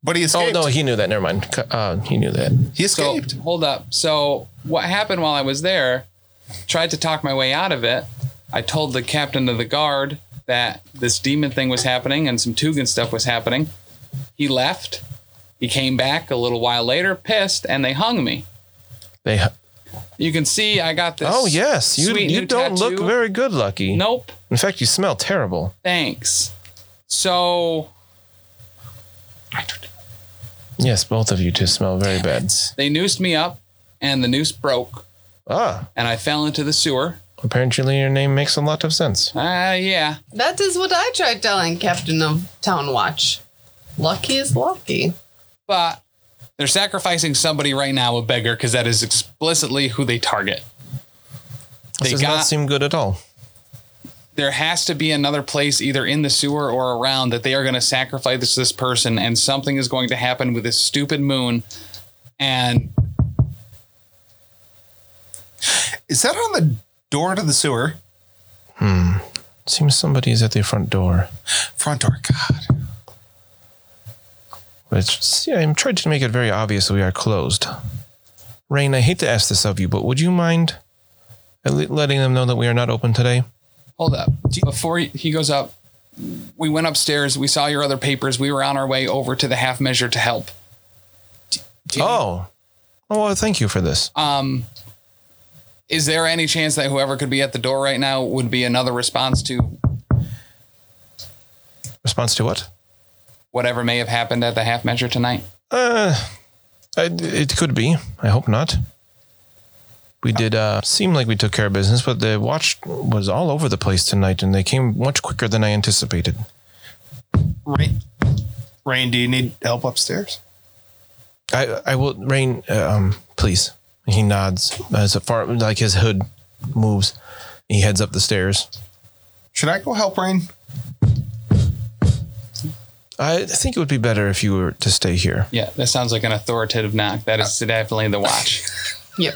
S1: but he
S3: Oh,
S1: escaped.
S3: no, he knew that. Never mind. C- Uh, he knew that.
S1: he
S2: So
S1: escaped.
S2: hold up. So what happened while I was there? Tried to talk my way out of it. I told the captain of the guard that this demon thing was happening and some Tugan stuff was happening. He left. He came back a little while later, pissed, and they hung me.
S3: They.
S2: You can see I got this.
S3: Oh, yes. You,
S2: sweet
S3: you
S2: new
S3: don't look
S2: tattoo.
S3: very good, Lucky.
S2: Nope.
S3: In fact, you smell terrible.
S2: Thanks. So
S3: Yes, both of you two smell very bad.
S2: they noosed me up, and the noose broke,
S3: Ah,
S2: and I fell into the sewer.
S3: apparently your name makes a lot of sense.
S2: Uh, yeah.
S5: That is what I tried telling Captain of Town Watch. Lucky is lucky.
S2: but they're sacrificing somebody right now, a beggar, because that is explicitly who they target.
S3: This
S2: They
S3: does
S2: got
S3: not seem good at all.
S2: there has to be another place, either in the sewer or around, that they are going to sacrifice this, this person, and something is going to happen with this stupid moon. And
S1: Is that on the door to the sewer?
S3: Seems somebody is at the front door.
S1: Front door. God.
S3: Which yeah, I'm trying to make it very obvious we are closed. Rain, I hate to ask this of you, but would you mind at le- letting them know that we are not open today?
S2: hold up, before he- he goes up, we went upstairs. We saw your other papers. We were on our way over to the half measure to help.
S3: Oh. Oh, well, thank you for this.
S2: Um, Is there any chance that whoever could be at the door right now would be another response to
S3: Response to what?
S2: whatever may have happened at the half measure tonight?
S3: I, Uh, it could be. I hope not. We did uh, seem like we took care of business, but the watch was all over the place tonight, and they came much quicker than I anticipated.
S1: Rain. Rain, do you need help upstairs?
S3: I, I will, Rain. uh, Um, please. He nods as far like his hood moves. He heads up the stairs.
S1: Should I go help Rain?
S3: I think it would be better if you were to stay here.
S2: Yeah, that sounds like an authoritative knock. That is definitely the watch.
S5: Yep.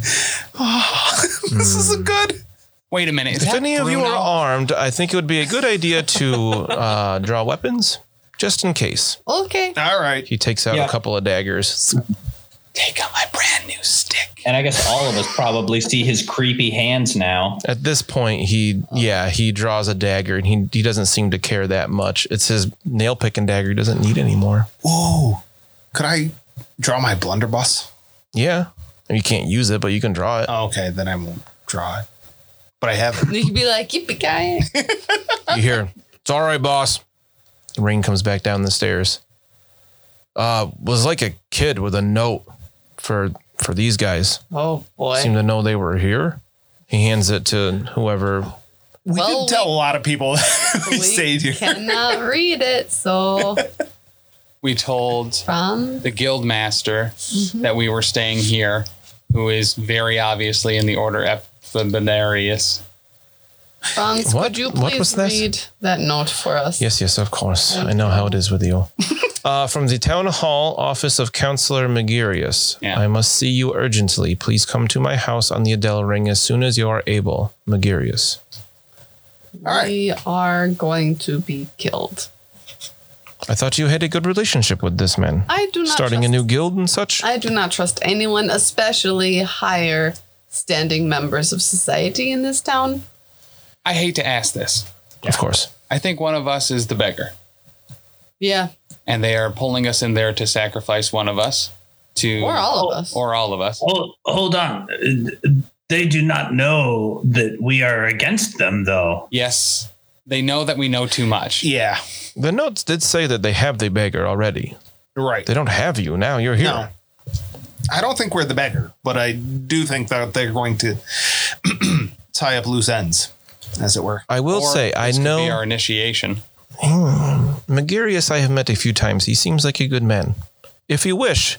S1: This isn't good.
S2: Wait a minute. Is
S3: If
S2: that
S3: any of you
S2: Bruno?
S3: are armed, I think it would be a good idea to uh, draw weapons just in case.
S5: Okay.
S1: All right.
S3: He takes out
S4: Yeah.
S3: a couple of daggers.
S2: take out my brand new stick.
S4: And I guess all of us probably see his creepy hands now.
S3: At this point, he yeah he draws a dagger and he he doesn't seem to care that much. It's his nail picking dagger he doesn't need anymore.
S1: Whoa. Could I draw my blunderbuss?
S3: Yeah, you can't use it, but you can draw it.
S1: Okay, then I won't draw it. But I have it.
S5: You could be like, yippee guy.
S3: You hear it's all right, boss. Rain comes back down the stairs. Uh, was like a kid with a note for for these guys.
S5: Oh boy.
S3: Seem to know they were here. He hands it to whoever.
S1: We
S5: Well,
S1: didn't tell a lot of people that we,
S5: We
S1: stayed here.
S5: cannot read it, so
S2: We told
S5: from
S2: the guild master
S5: Mm-hmm.
S2: that we were staying here, who is very obviously in the order Ephemerarius.
S5: Franz,
S3: What?
S5: could you
S3: What was
S5: please
S3: this?
S5: read that note for us?
S3: Yes, yes, of course. I know how it is with you. Uh, from the town hall office of Councillor Megarius.
S2: Yeah.
S3: I must see you urgently. Please come to my house on the Adele Ring as soon as you are able. Megarius.
S1: All right.
S5: We are going to be killed.
S3: I thought you had a good relationship with this man.
S5: I do not
S3: Starting
S5: trust,
S3: a new guild and such.
S5: I do not trust anyone, especially higher standing members of society in this town.
S2: I hate to ask this.
S3: Of course.
S2: I think one of us is the beggar,
S5: Yeah.
S2: and they are pulling us in there to sacrifice one of us, to
S5: Or all
S1: Oh,
S5: of us.
S2: or all of us.
S6: Hold, hold on. They do not know that we are against them, though.
S2: Yes, They know that we know too much.
S1: Yeah.
S3: The notes did say that they have the beggar already.
S1: Right.
S3: They don't have you now. You're here.
S1: No. I don't think we're the beggar, but I do think that they're going to tie up loose ends, as it were.
S3: I will
S2: Or
S3: say, I
S2: this could be
S3: know
S2: our initiation.
S3: Megarius Hmm. I have met a few times. He seems like a good man. If you wish,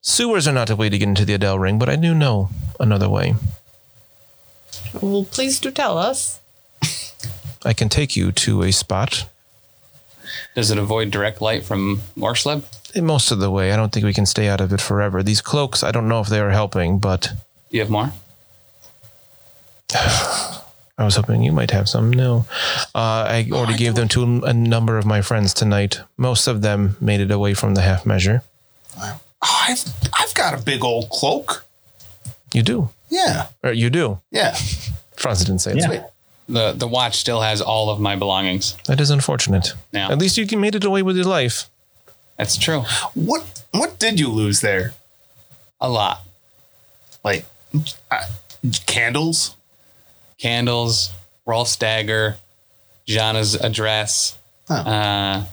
S3: sewers are not a way to get into the Adele ring, but I do know another way.
S5: Well, please do tell us.
S3: I can take you to a spot.
S2: Does it avoid direct light from Morsleb?
S3: Most of the way. I don't think we can stay out of it forever. These cloaks, I don't know if they are helping, but
S2: You have more?
S3: I was hoping you might have some. No, uh, I already gave them to a number of my friends tonight. Most of them made it away from the half measure.
S1: Oh, I've I've got a big old cloak.
S3: You do,
S1: Yeah.
S3: or you do.
S1: Yeah.
S3: Franz didn't say it.
S4: Yeah.
S1: Sweet.
S2: The the watch still has all of my belongings.
S3: That is unfortunate.
S2: Yeah.
S3: At least you can- made it away with your life.
S2: That's true.
S1: What what did you lose there?
S2: A lot.
S1: Like uh, candles?
S2: Candles, Rolf's dagger, Jana's address,
S1: Oh.
S2: uh,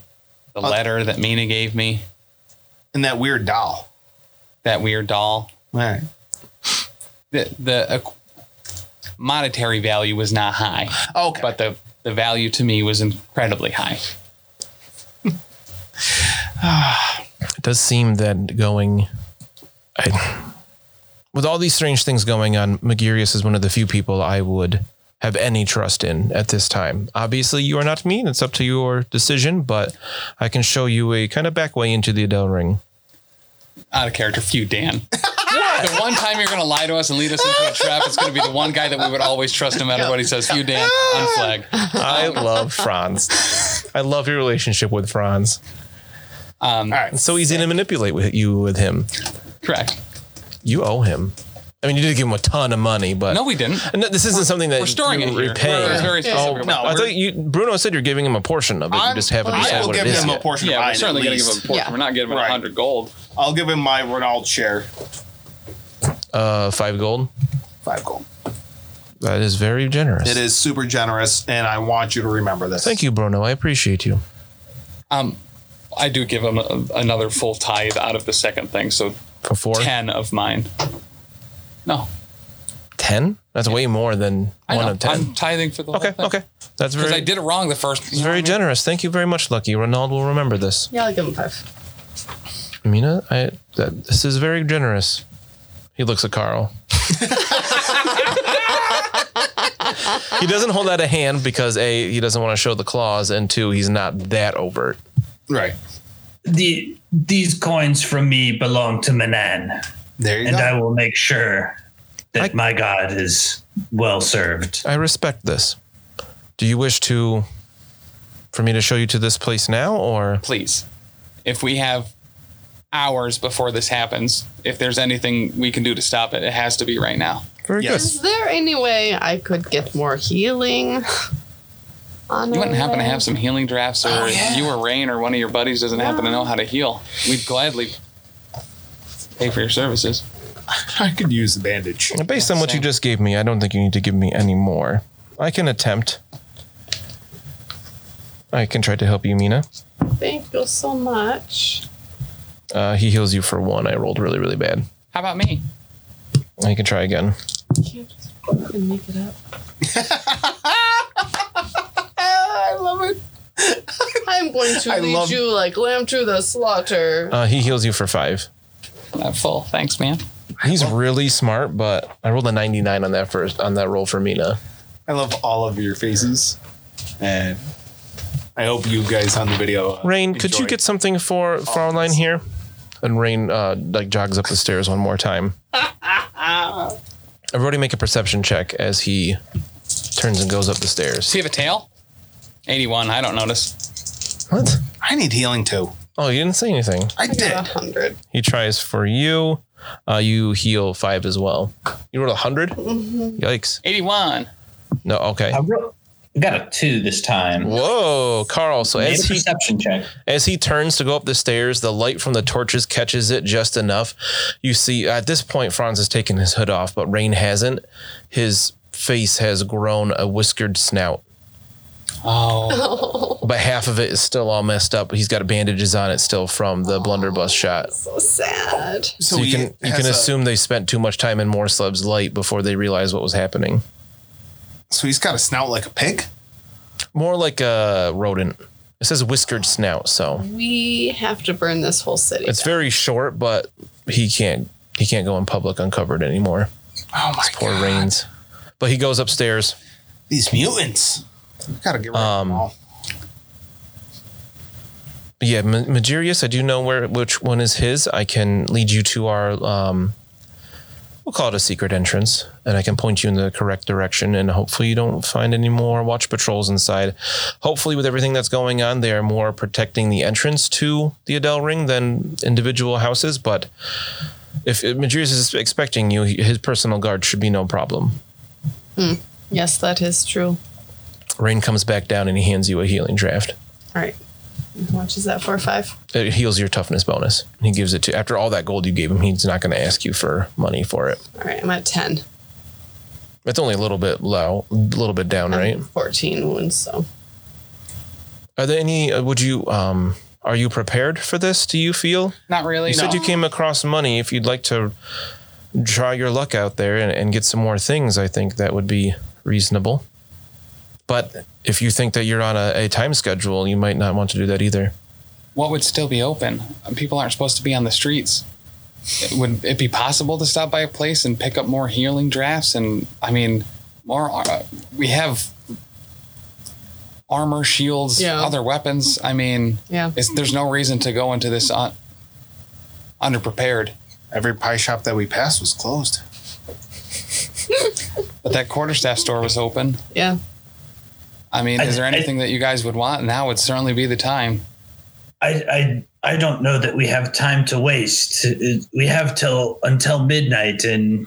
S2: the letter that Mina gave me,
S1: And that weird doll.
S2: that weird doll.
S1: All right.
S2: The the uh, monetary value was not high,
S1: Okay.
S2: but the the value to me was incredibly high.
S3: It does seem that going. I, with all these strange things going on, Magirius is one of the few people I would have any trust in at this time. Obviously, you are not me, and it's up to your decision, but I can show you a kind of back way into the Adele ring.
S2: Out of character, few Dan. The one time you're going to lie to us and lead us into a trap, it's going to be the one guy that we would always trust no matter what he says. Few Dan, unflag.
S3: I love Franz. I love your relationship with Franz.
S1: All right.
S3: So easy to manipulate with you with him.
S2: Correct.
S3: You owe him. I mean, you did give him a ton of money, but
S2: No, we didn't.
S3: And this isn't something that
S2: We're storing
S3: you
S2: it here.
S3: repay.
S2: We're very
S5: Yeah.
S2: specific
S5: Oh,
S2: about
S1: no,
S3: I thought you, Bruno said you're giving him a portion of it. you
S1: I'm-
S3: just haven't
S1: I
S5: I
S3: decided
S1: will
S3: what
S1: give
S3: it is
S1: him a
S3: yet.
S1: portion
S2: Yeah,
S1: of mine.
S2: we're certainly
S1: at
S2: going to give
S1: least.
S2: him a portion.
S5: Yeah.
S2: We're not giving him
S1: Right.
S2: 100 gold.
S1: I'll give him my Renault share.
S3: Uh, five gold.
S1: Five gold.
S3: That is very generous.
S1: It is super generous, and I want you to remember this.
S3: Thank you, Bruno. I appreciate you.
S2: I do give him a, another full tithe out of the second thing, so
S3: For four,
S2: 10 of mine. No,
S3: ten. That's way more than
S2: I
S3: one
S2: know.
S3: of ten.
S2: I'm tithing for the
S3: okay,
S2: whole thing.
S3: okay. That's
S2: Because
S3: very.
S2: I did it wrong the first.
S3: it's very generous. Thank you very much, Lucky. Ronald will remember this.
S5: Yeah, I'll give him five.
S3: Mina, I, that, this is very generous. He looks at Carl. he doesn't hold out a hand because a he doesn't want to show the claws, and two he's not that overt.
S1: Right.
S6: The, these coins from me belong to Manan,
S1: There you
S6: and
S1: go.
S6: I will make sure that
S3: I-
S6: my god is well served.
S3: I respect this. Do you wish to for me to show you to this place now or
S2: Please, if we have hours before this happens, if there's anything we can do to stop it, it has to be right now.
S3: very
S1: Yes.
S5: Is there any way I could get more healing? On
S2: You wouldn't
S5: our
S2: happen to
S5: way?
S2: have some healing drafts,
S3: Oh,
S2: or you or Rain or one of your buddies doesn't happen to know how to heal. We'd gladly pay for your services.
S1: I could use the bandage.
S3: good. Based on what you
S2: same.
S3: just gave me, I don't think you need to give me any more. I can attempt. I can try to help you, Mina.
S5: Thank you so much.
S3: Uh, he heals you for one. I rolled really, really bad.
S2: How about me?
S3: I can try again.
S5: Can't just fucking make it up.
S1: I love it.
S5: I'm going to
S1: I
S5: lead
S1: love-
S5: you like lamb to the slaughter.
S3: Uh, he heals you for five.
S2: Not full. Thanks, man.
S3: He's really smart, but I rolled a 99 on that first on that roll for Mina.
S1: I love all of your faces, and I hope you guys on the video. uh,
S3: Rain, could you
S1: enjoy.
S3: get something for Fraulein here? And Rain uh, like jogs up the stairs one more time. Everybody make a perception check as he turns and goes up the
S2: Does
S3: stairs.
S2: he have a tail? 81. I don't notice.
S3: What?
S1: I need healing too.
S3: Oh, you didn't say anything.
S1: I
S5: I got
S1: did.
S5: a hundred.
S3: He tries for you. Uh, you heal five as well. You rolled a 100
S4: Mm-hmm.
S3: Yikes!
S2: 81.
S3: No, okay.
S4: I wrote- I got a two this time.
S3: Whoa, Carl. So
S4: Made
S3: as
S4: a
S3: he
S4: perception check.
S3: As he turns to go up the stairs, the light from the torches catches it just enough. You see, at this point, Franz has taken his hood off, but Rain hasn't. His face has grown a whiskered snout.
S2: Oh,
S3: but half of it is still all messed up. He's got bandages on it still from the blunderbuss shot.
S5: So sad.
S3: So, you can you can assume they spent too much time in Morslev's light before they realized what was happening.
S1: so he's got a snout like a pig.
S3: More like a rodent. It says whiskered snout, so
S5: We have to burn this whole city.
S3: it's very short, but he can't he can't go in public uncovered anymore.
S1: Oh my
S3: Poor
S1: god!
S3: Reigns. But he goes upstairs.
S1: These mutants. Gotta get rid
S3: Um,
S1: of them all.
S3: Yeah, Ma- Magirius, I do know where which one is his. I can lead you to our um we'll call it a secret entrance and I can point you in the correct direction and hopefully you don't find any more watch patrols inside. Hopefully with everything that's going on, they are more protecting the entrance to the Adele Ring than individual houses, but if Magirius is expecting you, his personal guard should be no problem.
S5: yes, that is true.
S3: Rain comes back down and he hands you a healing draft.
S5: All right. How much is that? Four or five?
S3: It heals your toughness bonus. He gives it to after all that gold you gave him. He's not going to ask you for money for it.
S5: All right. I'm at 10.
S3: It's only a little bit low, a little bit down,
S5: I'm
S3: right?
S5: 14 wounds. So
S3: Are there any? uh, Would you? um Are you prepared for this? Do you feel?
S2: not really.
S3: You
S2: no.
S3: said you came across money. If you'd like to try your luck out there and, and get some more things, I think that would be reasonable. But if you think that you're on a, a time schedule, you might not want to do that either.
S2: what would still be open? People aren't supposed to be on the streets. It- Would it be possible to stop by a place and pick up more healing drafts? And I mean, more uh, we have armor, shields,
S5: Yeah.
S2: other weapons. I mean,
S5: Yeah.
S2: it's, there's no reason to go into this un- underprepared.
S1: Every pie shop that we passed was closed.
S2: But that quarterstaff store was open.
S5: yeah.
S2: I mean,
S6: I-
S2: is there
S6: I-
S2: anything that you guys would want? Now would certainly be the time.
S6: I, I I don't know that we have time to waste. It- We have till until midnight, and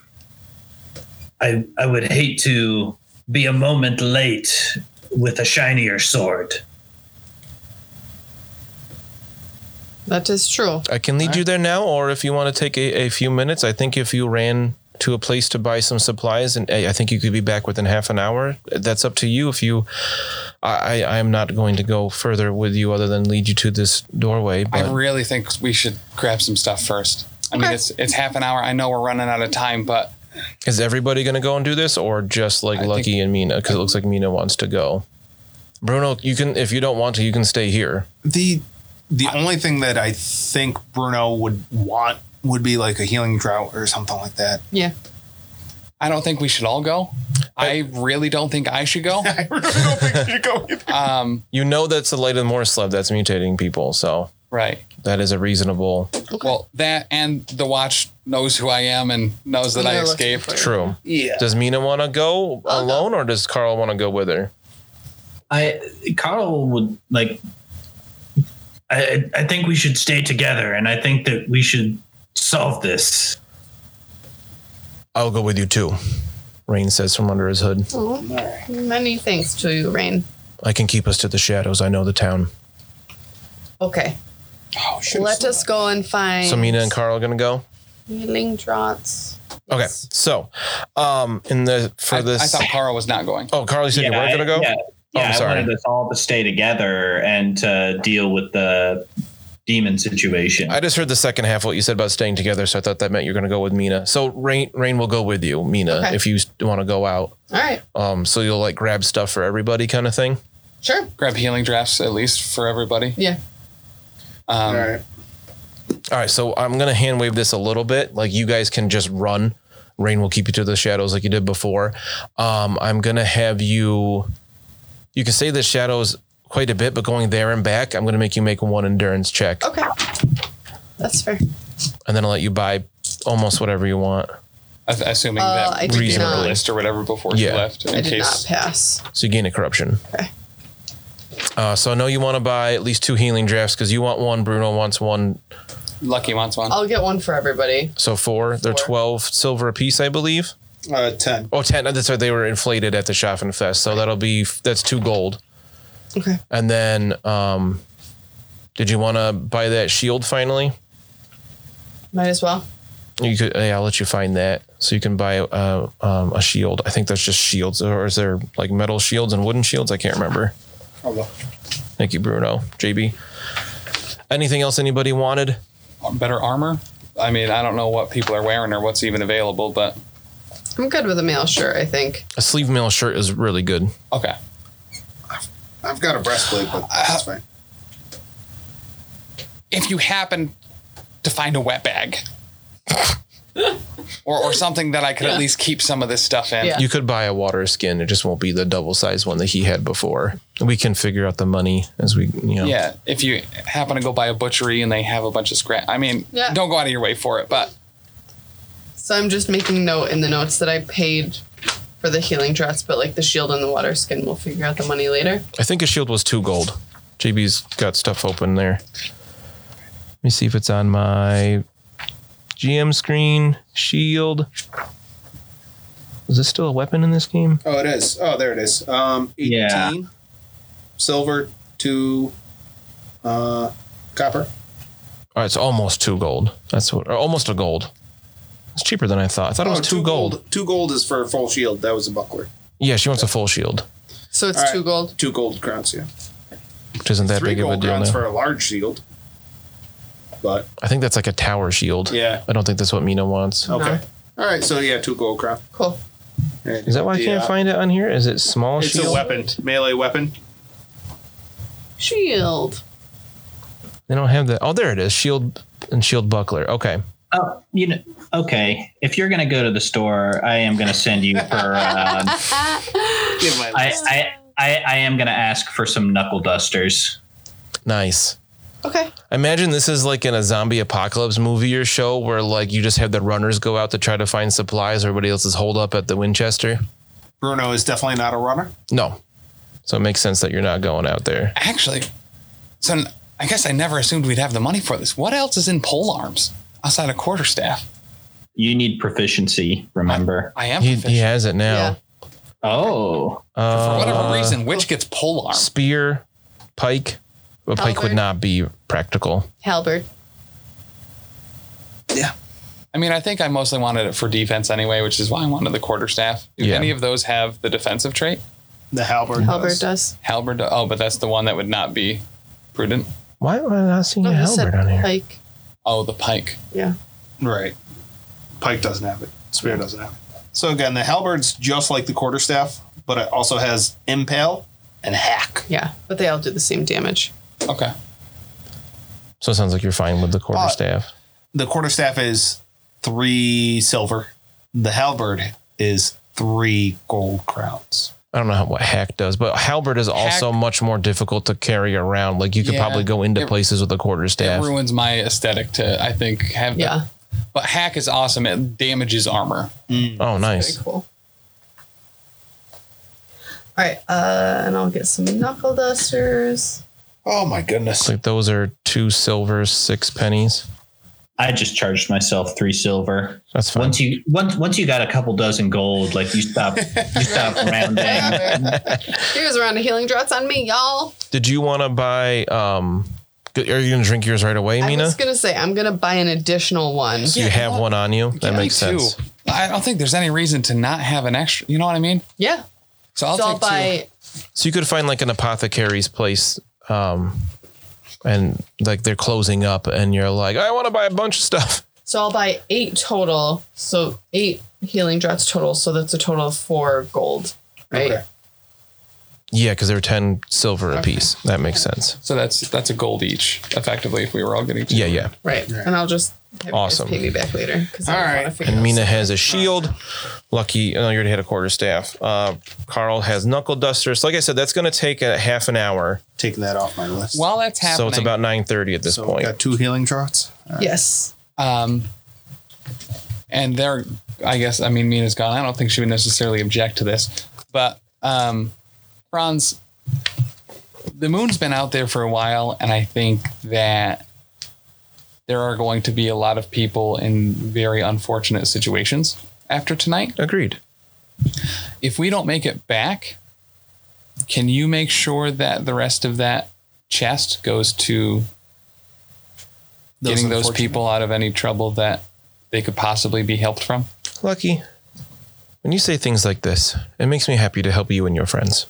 S6: I I would hate to be a moment late with a shinier sword.
S5: That is true.
S3: I can lead you there now, or if you want to take a, a few minutes, I think if you ran to a place to buy some supplies, and I I think you could be back within half an hour. That's up to you. If you, I, I I am not going to go further with you other than lead you to this doorway. But
S2: I really think we should grab some stuff first. I mean,
S5: Okay.
S2: it's it's half an hour. I know we're running out of time, but
S3: is everybody going to go and do this, or just like
S2: I
S3: Lucky
S2: think-
S3: and Mina? Because it looks like Mina wants to go. Bruno, you can if you don't want to, you can stay here.
S1: The the only thing that I think Bruno would want would be like a healing drought or something like that.
S5: Yeah.
S2: I don't think we should all go. I really don't think I should go.
S1: I really don't think you should go either.
S2: Um,
S3: You know that's the light of Morsleb that's mutating people, so
S2: right.
S3: that is a reasonable.
S2: Well, that and the watch knows who I am and knows that I
S5: They're looking
S2: escaped.
S5: for you.
S3: True.
S6: Yeah,
S3: Does Mina want to go alone, or does Carl want to go with her?
S6: I Carl would like. I I think we should stay together, and I think that we should solve this.
S3: I'll go with you too, Rain says from under his hood.
S5: Oh, many thanks to you, Rain.
S3: I can keep us to the shadows. I know the town.
S5: Okay.
S1: Oh, should've
S5: Let
S1: said
S5: us go and find
S3: So Mina and Carl are gonna go.
S5: healing draughts.
S3: Okay.
S5: Yes.
S3: So, um, in the for
S2: I, I
S3: this.
S2: thought Carl was not going.
S3: oh, Carl, you said you weren't gonna go.
S4: Yeah,
S3: Oh, I'm
S4: yeah, I
S3: sorry.
S4: wanted us all to stay together and to deal with the demon situation.
S3: I just heard the second half of what you said about staying together, so I thought that meant you're gonna go with Mina. So Rain, Rain will go with you, Mina,
S5: Okay.
S3: if you want to go out.
S5: All right.
S3: Um, so you'll like grab stuff for everybody, kind of thing.
S5: Sure.
S2: Grab healing drafts at least for everybody.
S5: Yeah.
S2: Um,
S1: All right.
S3: All right, so I'm gonna hand wave this a little bit. Like you guys can just run. Rain will keep you to the shadows like you did before. Um, I'm gonna have you. You can stay the shadows quite a bit, but going there and back, I'm gonna make you make one endurance check,
S2: Oh.
S5: Okay. That's fair.
S3: and then I'll let you buy almost whatever you want.
S2: a- Assuming
S5: Uh, I
S2: that
S5: did
S2: we gave her a
S5: not.
S2: list or whatever before she
S3: Yeah.
S2: left. In
S5: I did
S2: case
S5: not pass.
S3: So you gain a corruption.
S5: Okay.
S3: Uh, so I know you want to buy at least two healing drafts because you want one. Bruno wants one.
S2: Lucky wants one.
S5: I'll get one for everybody.
S3: So four. They're
S5: Four.
S3: twelve silver a piece, I believe.
S1: Uh, ten.
S3: Oh, 10. That's right. They were inflated at the Schaffenfest. So that'll be, that's two gold.
S5: Okay.
S3: And then, um, did you want to buy that shield finally?
S5: Might as well.
S3: You could, yeah, I'll let you find that. So you can buy uh, um, a shield. I think that's just shields, or is there like metal shields and wooden shields? I can't remember.
S7: I'll go.
S3: Thank you, Bruno. JB. Anything else anybody wanted?
S2: Better armor. I mean, I don't know what people are wearing or what's even available, but
S5: I'm good with a male shirt, I think.
S3: A sleeve mail shirt is really good.
S2: okay. Uh,
S7: I've got a breastplate, but that's fine.
S2: If you happen to find a wet bag or, or something that I could at least keep some of this stuff in.
S5: Yeah.
S3: You could buy a water skin. It just won't be the double size one that he had before. We can figure out the money as we, you know.
S2: Yeah, if you happen to go by a butchery and they have a bunch of scrap, I mean,
S5: Yeah.
S2: don't go out of your way for it, but
S5: So I'm just making note in the notes that I paid for the healing dress, but like the shield and the water skin, we'll figure out the money later.
S3: I think his shield was two gold. JB's got stuff open there. Let me see if it's on my GM screen. Shield. Is this still a weapon in this game?
S7: Oh, it is. Oh, there it is. Um, 18
S4: Yeah.
S7: silver to uh, copper.
S3: Oh, it's almost two gold. That's what, or almost a gold. It's cheaper than I thought. I thought it was
S7: Oh,
S3: two, gold.
S7: Two gold is for full shield. That was a buckler.
S3: Yeah, she wants a full shield,
S5: So it's
S7: All right.
S5: two gold.
S7: Two gold crowns, yeah.
S3: which isn't that
S7: Three
S3: big of a
S7: gold
S3: deal
S7: crowns
S3: now.
S7: for a large shield. But,
S3: I think that's like a tower shield.
S7: yeah. Oh,
S3: I don't think that's what Mina wants.
S7: Okay. All right, so yeah, two gold crown. uh,
S5: Cool.
S3: Is that why I can't find it on here? Is it small
S7: It's
S3: shield?
S7: a weapon, melee weapon.
S5: Shield.
S3: They don't have that. Oh, there it is. Shield and shield buckler. Okay.
S4: Oh, you know, okay. If you're gonna go to the store, I am gonna send you for. Uh,
S7: Give my
S4: I, I I I am gonna ask for some knuckle dusters.
S3: Nice.
S5: Okay.
S3: Imagine this is like in a zombie apocalypse movie or show where like you just have the runners go out to try to find supplies. Everybody else is holed up at the Winchester.
S1: Bruno is definitely not a runner.
S3: No. So it makes sense that you're not going out there.
S2: actually, so n- I guess I never assumed we'd have the money for this. What else is in pole arms outside of quarterstaff?
S4: You need proficiency. Remember?
S2: I am
S3: He,
S2: proficient.
S3: he has it now.
S4: Oh,
S2: For
S3: Uh,
S2: whatever reason, which gets pole arm?
S3: spear, pike. But pike would
S5: Halberd.
S3: not be practical.
S5: Halberd.
S2: I mean, I think I mostly wanted it for defense anyway, which is why I wanted the quarterstaff. Do
S3: Yeah.
S2: any of those have the defensive trait?
S1: The halberd.
S5: Halberd
S1: does.
S5: does.
S2: Halberd. Oh, but that's the one that would not be prudent.
S3: Why am I not seeing a
S5: No, he said
S3: halberd on here?
S5: pike.
S2: Oh, the pike.
S5: Yeah.
S1: Right. Pike doesn't have it. Spear doesn't have it. So again, the halberd's just like the quarterstaff, but it also has impale and hack.
S5: Yeah. But they all do the same damage.
S2: Okay.
S3: So it sounds like you're fine with the
S2: Uh,
S3: quarterstaff.
S1: The quarterstaff is three silver. The halberd is three gold crowns.
S3: I don't know how, what hack does, but halberd is also
S2: Hack-
S3: much more difficult to carry around. Like you could
S2: Yeah.
S3: probably go into
S2: It-
S3: places with a quarterstaff.
S2: It ruins my aesthetic to, I think, have. the-
S5: Yeah.
S2: but hack is awesome. It damages armor.
S3: Oh, nice.
S5: Very cool. All right. Uh, and I'll get some knuckle dusters.
S1: Oh my goodness.
S3: Looks like those are two silvers, six pennies.
S4: I just charged myself three silver.
S3: That's fine.
S4: Once you once once you got a couple dozen gold, like you stop you stop rounding.
S5: Here's a round of healing draughts on me, y'all.
S3: Did you want to buy? um g- Are you going to drink yours right away,
S5: I
S3: Mina?
S5: was gonna say I'm gonna buy an additional one.
S3: so you
S2: Yeah,
S3: have
S2: you know
S3: one on you. That
S2: Yeah,
S3: makes
S2: me too.
S3: sense.
S2: I don't think there's any reason to not have an extra. You know what I mean?
S5: Yeah.
S2: So I'll
S5: so I'll
S2: take two.
S5: buy
S3: So you could find like an apothecary's place, um, and like they're closing up, and you're like, I want to buy a bunch of stuff.
S5: so I'll buy eight total. So eight healing draughts total. So that's a total of four gold. Right.
S1: Okay.
S3: Yeah, because they're ten silver a piece. That makes sense.
S2: So that's that's a gold each, effectively, if we were all getting. two.
S3: Yeah, yeah.
S5: Right. And I'll just have you guys
S3: Awesome.
S5: pay me back later because I
S1: All
S5: want to
S1: right.
S5: figure
S3: And
S5: out
S3: Mina
S5: some-
S3: has a shield. Lucky, oh, you already had a quarter staff. Uh, Carl has knuckle dusters. Like I said, that's going to take a half an hour.
S1: Taking that off my list.
S2: While that's happening,
S3: So it's about 9.30 at this
S1: so we
S3: point.
S1: got two healing draughts.
S5: Yes.
S2: Um, and there, I guess, I mean, Mina's gone. I don't think she would necessarily object to this, but um, Franz, the moon's been out there for a while, and I think that there are going to be a lot of people in very unfortunate situations after tonight.
S3: Agreed.
S2: If we don't make it back, can you make sure that the rest of that chest goes to getting those
S1: unfortunate-
S2: people out of any trouble that they could possibly be helped from.
S3: Lucky, when you say things like this, it makes me happy to help you and your friends.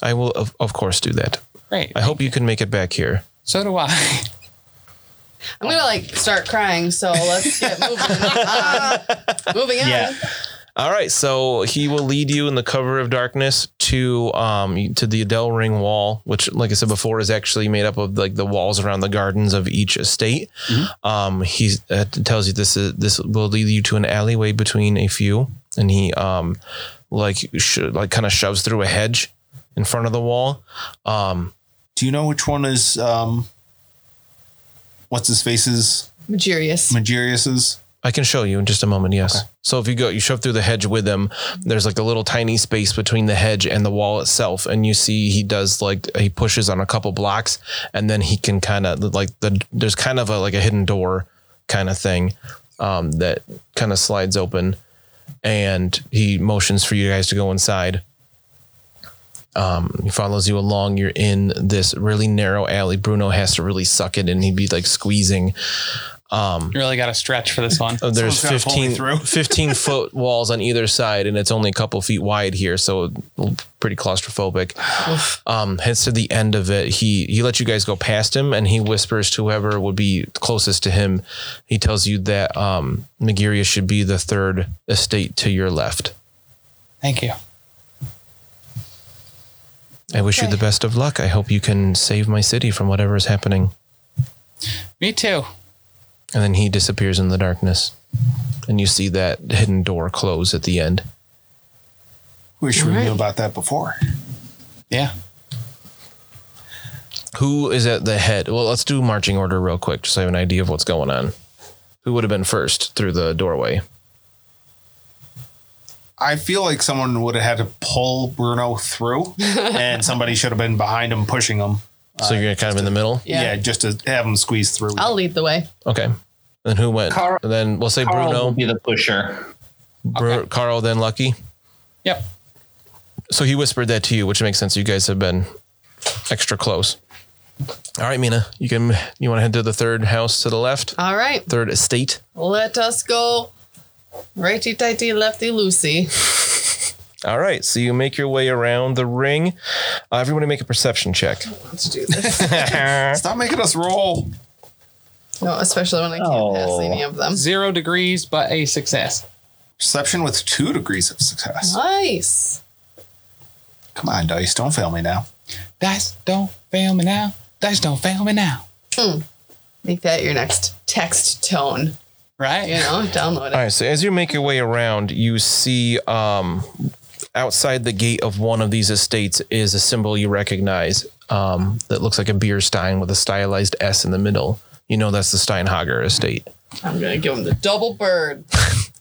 S3: I will, of, of course, do that.
S2: Great.
S3: I hope you can make it back here.
S2: So do I.
S5: I'm gonna like start crying, so let's get moving. Uh, moving on.
S4: Yeah.
S3: All right, so he will lead you in the cover of darkness to um to the Adele Ring Wall, which, like I said before, is actually made up of like the walls around the gardens of each estate. Um, he uh, tells you this is this will lead you to an alleyway between a few, and he um like sh- like kind of shoves through a hedge in front of the wall. Um,
S1: Do you know which one is um what's his face's
S5: Magirius.
S1: Magirius's?
S3: I can show you in just a moment. Yes. So if you go, you shove through the hedge with him. There's like a little tiny space between the hedge and the wall itself, and you see he does like he pushes on a couple blocks, and then he can kind of like the there's kind of a like a hidden door kind of thing um, that kind of slides open, and he motions for you guys to go inside. Um, he follows you along. You're in this really narrow alley. Bruno has to really suck it, and he'd be like squeezing.
S2: You really got to stretch for this one.
S3: Uh, there's
S1: Someone's gotta pull me
S3: 15,
S1: through.
S3: 15 foot walls on either side, and it's only a couple feet wide here, so pretty claustrophobic. Um, heads to the end of it. He he lets you guys go past him, and he whispers to whoever would be closest to him. He tells you that um, Megaria should be the third estate to your left.
S2: Thank you.
S3: I wish you
S5: Okay.
S3: the best of luck. I hope you can save my city from whatever is happening.
S2: Me too.
S3: And then he disappears in the darkness, and you see that hidden door close at the end.
S1: Wish we
S5: Alright.
S1: knew about that before.
S2: Yeah.
S3: Who is at the head? Well, let's do marching order real quick, just so I have an idea of what's going on. Who would have been first through the doorway?
S1: I feel like someone would have had to pull Bruno through, and somebody should have been behind him pushing him.
S3: so you're kind of in the middle.
S5: Yeah.
S1: yeah, just to have him squeeze through.
S5: I'll lead the way.
S3: Okay. Then who went?
S4: Carl-
S3: And then we'll say
S4: Carl
S3: Bruno,
S4: will be the pusher.
S3: Bru- Carl, then Lucky.
S2: Yep.
S3: So he whispered that to you, which makes sense. You guys have been extra close. All right, Mina, you can you want to head to the third house to the left,
S5: All right.
S3: third estate.
S5: Let us go. Righty tighty, lefty loosey.
S3: All right, so you make your way around the ring. Uh, everybody, make a perception check.
S5: Let's do this.
S1: Stop making us roll.
S5: no, especially when I can't pass
S4: Oh.
S5: any of them.
S2: Zero degrees, but a success.
S1: Perception with two degrees of success.
S5: Uh-huh. Nice.
S1: Come on, dice, don't fail me now.
S2: Dice don't fail me now. Dice don't fail me now.
S5: Make that your next text tone.
S2: Right?
S5: You know, download it.
S3: All right. So as you make your way around, you see um, outside the gate of one of these estates is a symbol you recognize um, that looks like a beer stein with a stylized S in the middle. You know that's the Steinhager estate.
S5: I'm gonna give him the double bird.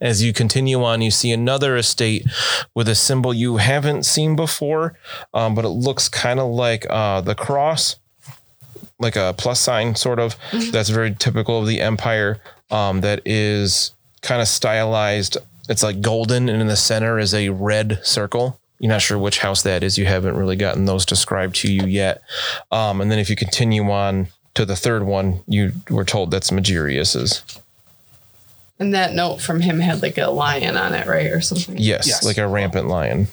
S3: As you continue on, you see another estate with a symbol you haven't seen before, um, but it looks kind of like uh, the cross, like a plus sign, sort of. That's very typical of the empire. Um, that is kind of stylized. It's like golden, and in the center is a red circle. You're not sure which house that is. You haven't really gotten those described to you yet. Um, and then if you continue on to the third one, you were told that's Magirius's.
S5: And that note from him had like a lion on it, right, or something.
S3: Yes,
S1: Yes.
S3: like a rampant lion.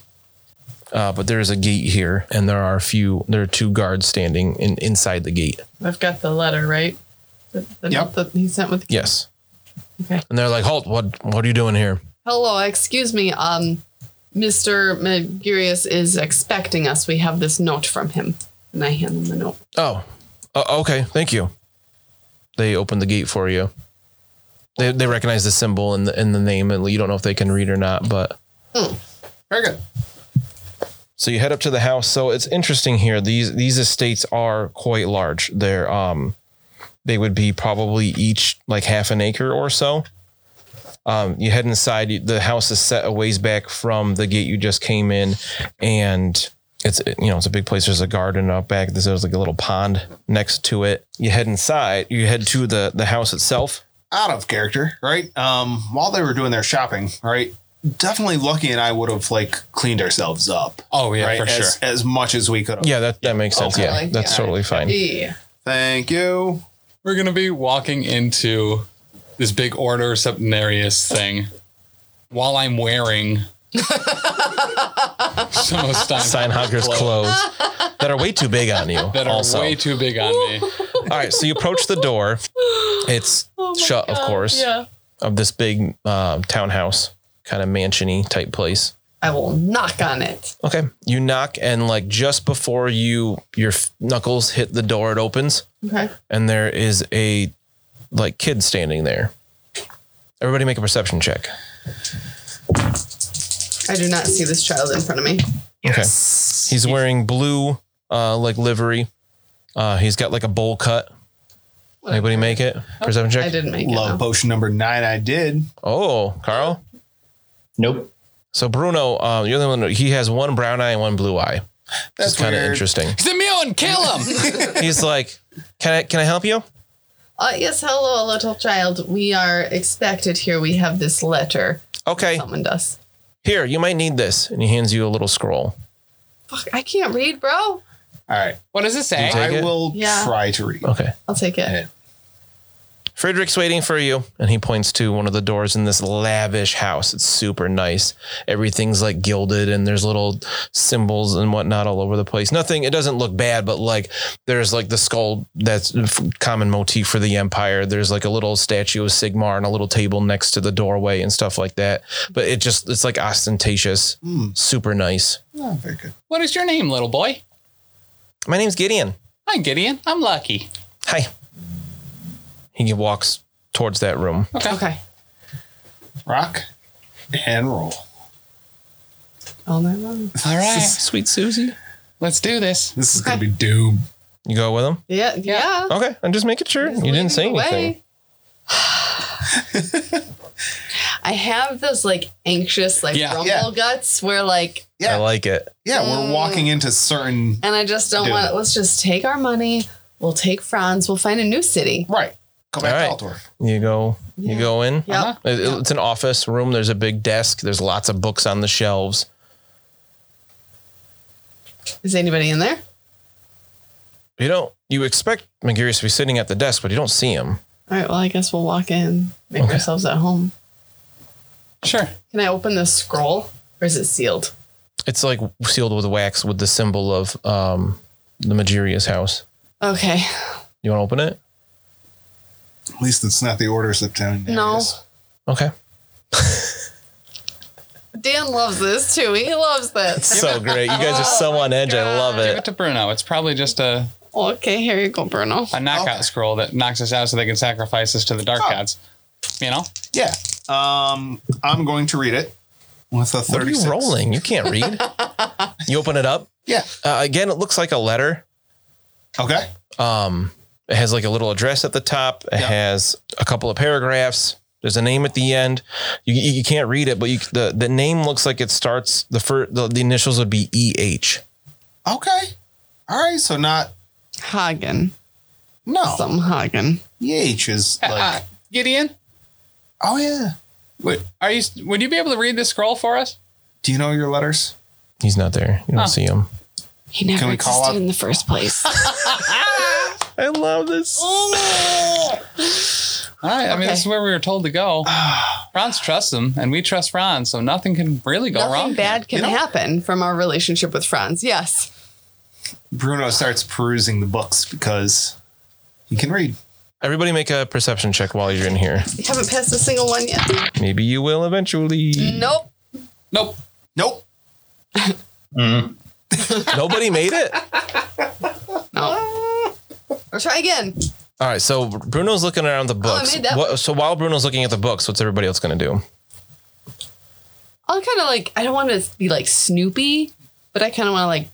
S3: Uh, but there is a gate here, and there are a few. There are two guards standing in, inside the gate.
S5: I've got the letter, right? The, the
S1: Yep.
S5: note that he sent with. the
S3: Yes,
S5: Okay.
S3: and they're like, "Halt! What? What are you doing here?"
S5: Hello, excuse me. Um, Mr. Magirius is expecting us. We have this note from him. And I hand him the note.
S3: Oh, uh, okay. Thank you. They open the gate for you. They they recognize the symbol and the and the name, and you don't know if they can read or not, but
S1: Very good.
S3: So you head up to the house. So it's interesting here. These these estates are quite large. They're um they would be probably each like half an acre or so. Um, you head inside. you- The house is set a ways back from the gate you just came in, and it's you know it's a big place. There's a garden out back. There's there's like a little pond next to it. You head inside. You head to the the house itself.
S1: Out of character, right? Um, while they were doing their shopping, right? Definitely Lucky and I would have like cleaned ourselves up.
S2: Oh, yeah,
S1: right?
S2: for
S1: as,
S2: sure.
S1: As much as we could have.
S3: Yeah, that that makes sense. Yeah,
S5: Okay.
S3: that's
S5: Yeah.
S3: totally fine.
S5: Yeah.
S1: Thank you.
S2: We're going to be walking into this big order septenarius thing while I'm wearing Some of Stein
S3: Steinhocker's clothes that are way too big on you.
S2: that are
S3: also.
S2: way too big on me.
S3: All right, so you approach the door. It's
S5: Oh my
S3: shut, of
S5: God,
S3: course,
S5: Yeah.
S3: of this big um, townhouse, kind of mansiony type place.
S5: I will knock on it.
S3: Okay. You knock and like just before you your f- knuckles hit the door, it opens
S5: Okay.
S3: and there is a like kid standing there. Everybody make a perception check.
S5: I do not see this child in front of me.
S3: Okay. He's wearing blue uh like livery. Uh he's got like a bowl cut. Anybody make it? Perception
S5: Oh, I
S3: check.
S5: didn't make it.
S1: Love
S5: no.
S1: potion number nine. I did.
S3: Oh, Carl.
S4: Nope.
S3: So Bruno, um, you're the one. He has one brown eye and one blue eye.
S1: That's
S3: It's kind of
S1: weird.
S3: interesting.
S2: He's immune. Kill him.
S3: He's like, "Can I? Can I help you?"
S5: Uh, yes, hello, little child. We are expected here. We have this letter.
S3: Okay.
S5: Someone does.
S3: Here, you might need this. And he hands you a little scroll.
S5: Fuck, I can't read, bro.
S1: All right.
S2: What does it Oh. say?
S3: You take
S1: I
S3: it?
S1: will
S5: Yeah.
S1: try to read.
S3: Okay.
S5: I'll take it.
S3: Frederick's waiting for you. And he points to one of the doors in this lavish house. It's super nice. Everything's like gilded and there's little symbols and whatnot all over the place. Nothing, it doesn't look bad, but like there's like the skull that's a f- common motif for the empire. There's like a little statue of Sigmar and a little table next to the doorway and stuff like that. But it just, it's like ostentatious, super nice.
S1: Not very good.
S2: What is your name, little boy?
S3: My name's Gideon.
S2: Hi, Gideon. I'm lucky.
S3: Hi. He walks towards that room.
S5: Okay.
S1: Rock and roll.
S5: All night long.
S2: All right.
S3: Sweet Susie.
S2: Let's do this.
S1: This is gonna be doom.
S3: You go with him?
S5: Yeah. Yeah.
S3: Okay, I'm just making sure you didn't say
S5: Leading the way.
S3: anything.
S5: I have those like anxious like
S2: Yeah.
S5: rumble
S1: Yeah.
S5: guts where like
S1: Yeah.
S3: I like it.
S1: Yeah,
S5: Mm.
S1: we're walking into certain.
S5: and I just don't
S1: Dude.
S5: want let's just take our money. We'll take Franz. We'll find a new city.
S1: Right. Go back
S3: All
S1: to Altdorf.
S3: You go,
S5: Yeah.
S3: you go in.
S5: Yep.
S2: Uh-huh.
S3: It- It's an office room. There's a big desk. There's lots of books on the shelves.
S5: Is anybody in there?
S3: You don't. You expect Magirius to be sitting at the desk, but you don't see him.
S5: All right, well I guess we'll walk in, make
S3: Okay.
S5: ourselves at home.
S2: Sure.
S5: Can I open this scroll? Or is it sealed?
S3: It's like sealed with wax with the symbol of um, the Magirius house.
S5: Okay.
S3: You want to open it?
S1: At least it's not the Order of Septarian.
S5: No.
S3: Okay.
S5: Dan loves this too. He loves this.
S3: So great. You guys are so
S5: Oh
S3: on edge. I love
S2: Give it
S3: it.
S2: to Bruno. It's probably just a,
S5: Okay, here you go, Bruno.
S2: a knockout scroll that knocks us out so they can sacrifice us to the dark
S1: Oh.
S2: gods. You know?
S1: Yeah. Um, I'm going to read it with a
S3: What are you
S1: 36.
S3: rolling? You can't read. you open it up.
S1: Yeah.
S3: Uh, again, it looks like a letter.
S1: Okay.
S3: Um, it has like a little address at the top. It
S1: Yeah.
S3: has a couple of paragraphs. There's a name at the end. You, you you can't read it, but you, the the name looks like it starts the first the, the initials would be E H.
S1: Okay. All right. So not
S5: Hagen.
S1: no.
S5: Some Hagen.
S1: EH is
S2: Uh,
S1: like.
S2: uh, Gideon,
S1: oh yeah.
S2: would, are you? Would you be able to read this scroll for us?
S1: Do you know your letters?
S3: He's not there. You don't
S2: Huh.
S3: see him.
S5: He never
S1: Can we call
S5: existed
S1: up-
S5: in the first place.
S3: I love this.
S5: Oh.
S2: All right. I mean, this
S5: Okay.
S2: is where we were told to go. Franz trusts him, and we trust Franz, so nothing can really go
S5: Nothing
S2: wrong.
S5: bad can
S1: You know-
S5: happen from our relationship with Franz. Yes.
S1: Bruno starts perusing the books because he can read.
S3: Everybody make a perception check while you're in here.
S5: We haven't passed a single one yet.
S3: Maybe you will eventually.
S5: Nope.
S2: Nope.
S1: Nope.
S3: Nobody made it.
S5: No. Try again.
S3: All right. So Bruno's looking around the books.
S5: Oh, made that
S3: What- so while Bruno's looking at the books, what's everybody else going to do?
S5: I'll kind of like, I don't want to be like Snoopy, but I kind of want to like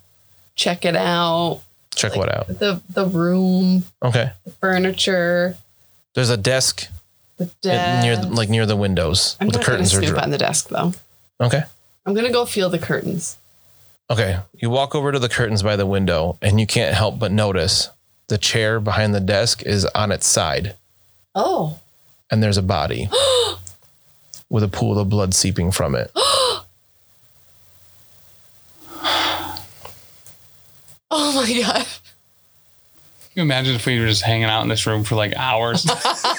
S5: check it out.
S3: Check what out.
S5: The the room,
S3: Okay.
S5: the furniture, the
S3: There's a desk
S5: desk.
S3: near like near the windows.
S5: I'm
S3: where
S5: not
S3: the
S5: going to
S3: curtains are
S5: snoop
S3: drawn.
S5: on the desk though.
S3: Okay.
S5: I'm going to go feel the curtains.
S3: Okay. You walk over to the curtains by the window and you can't help but notice the chair behind the desk is on its side
S5: Oh.
S3: and there's a body with a pool of blood seeping from it.
S5: Oh my God.
S2: Can you imagine if we were just hanging out in this room for like hours? Whatever's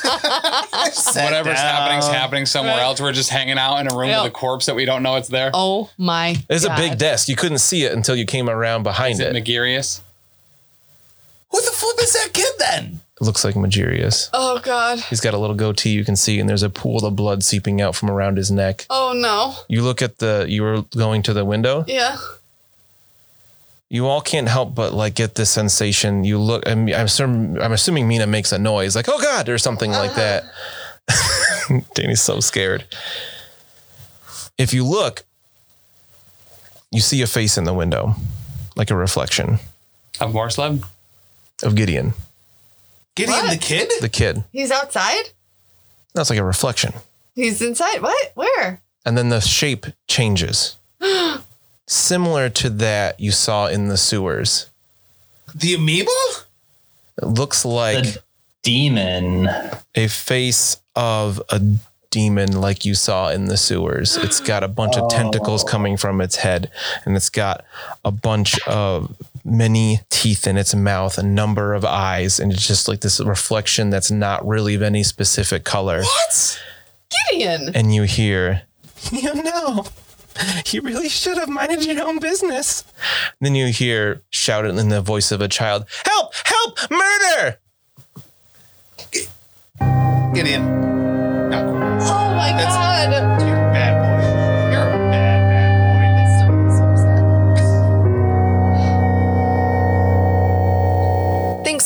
S1: down.
S2: happening's happening somewhere
S5: Right.
S2: else. We're just hanging out in a room
S5: Yeah.
S2: with a corpse that we don't know it's there. Is
S5: Oh my.
S3: There's a
S5: God.
S3: big desk. You couldn't see it until you came around behind
S2: it
S3: it.
S2: Megarius?
S1: Who the flip is that kid then?
S3: It looks like Magirius.
S5: Oh God.
S3: He's got a little goatee you can see, and there's a pool of blood seeping out from around his neck.
S5: Oh no.
S3: You look at the, you were going to the window.
S5: Yeah.
S3: You all can't help but like get this sensation. You look, I'm, I'm, assum- I'm assuming Mina makes a noise like, oh God, or something like that. Danny's so scared. If you look, you see a face in the window, like a reflection
S2: Of Morsleb?
S3: of Gideon,
S1: Gideon
S5: What?
S1: the kid?
S3: the kid.
S5: He's outside.
S3: That's like a reflection.
S5: He's inside. What? Where?
S3: and then the shape changes. Similar to that you saw in the sewers.
S1: The amoeba?
S3: It looks like
S4: The demon.
S3: a face of a demon like you saw in the sewers. It's got a bunch of tentacles coming from its head and it's got a bunch of many teeth in its mouth, a number of eyes, and it's just like this reflection that's not really of any specific color.
S1: What?
S5: Gideon.
S3: and you hear, you know, you really should have minded your own business. Then you hear shouted in the voice of a child, help, help, murder.
S1: Gideon. No,
S5: Oh my
S1: That's-
S5: God.
S1: you're a bad boy. You're a bad, bad boy.
S5: That's so- that's so upset. Thanks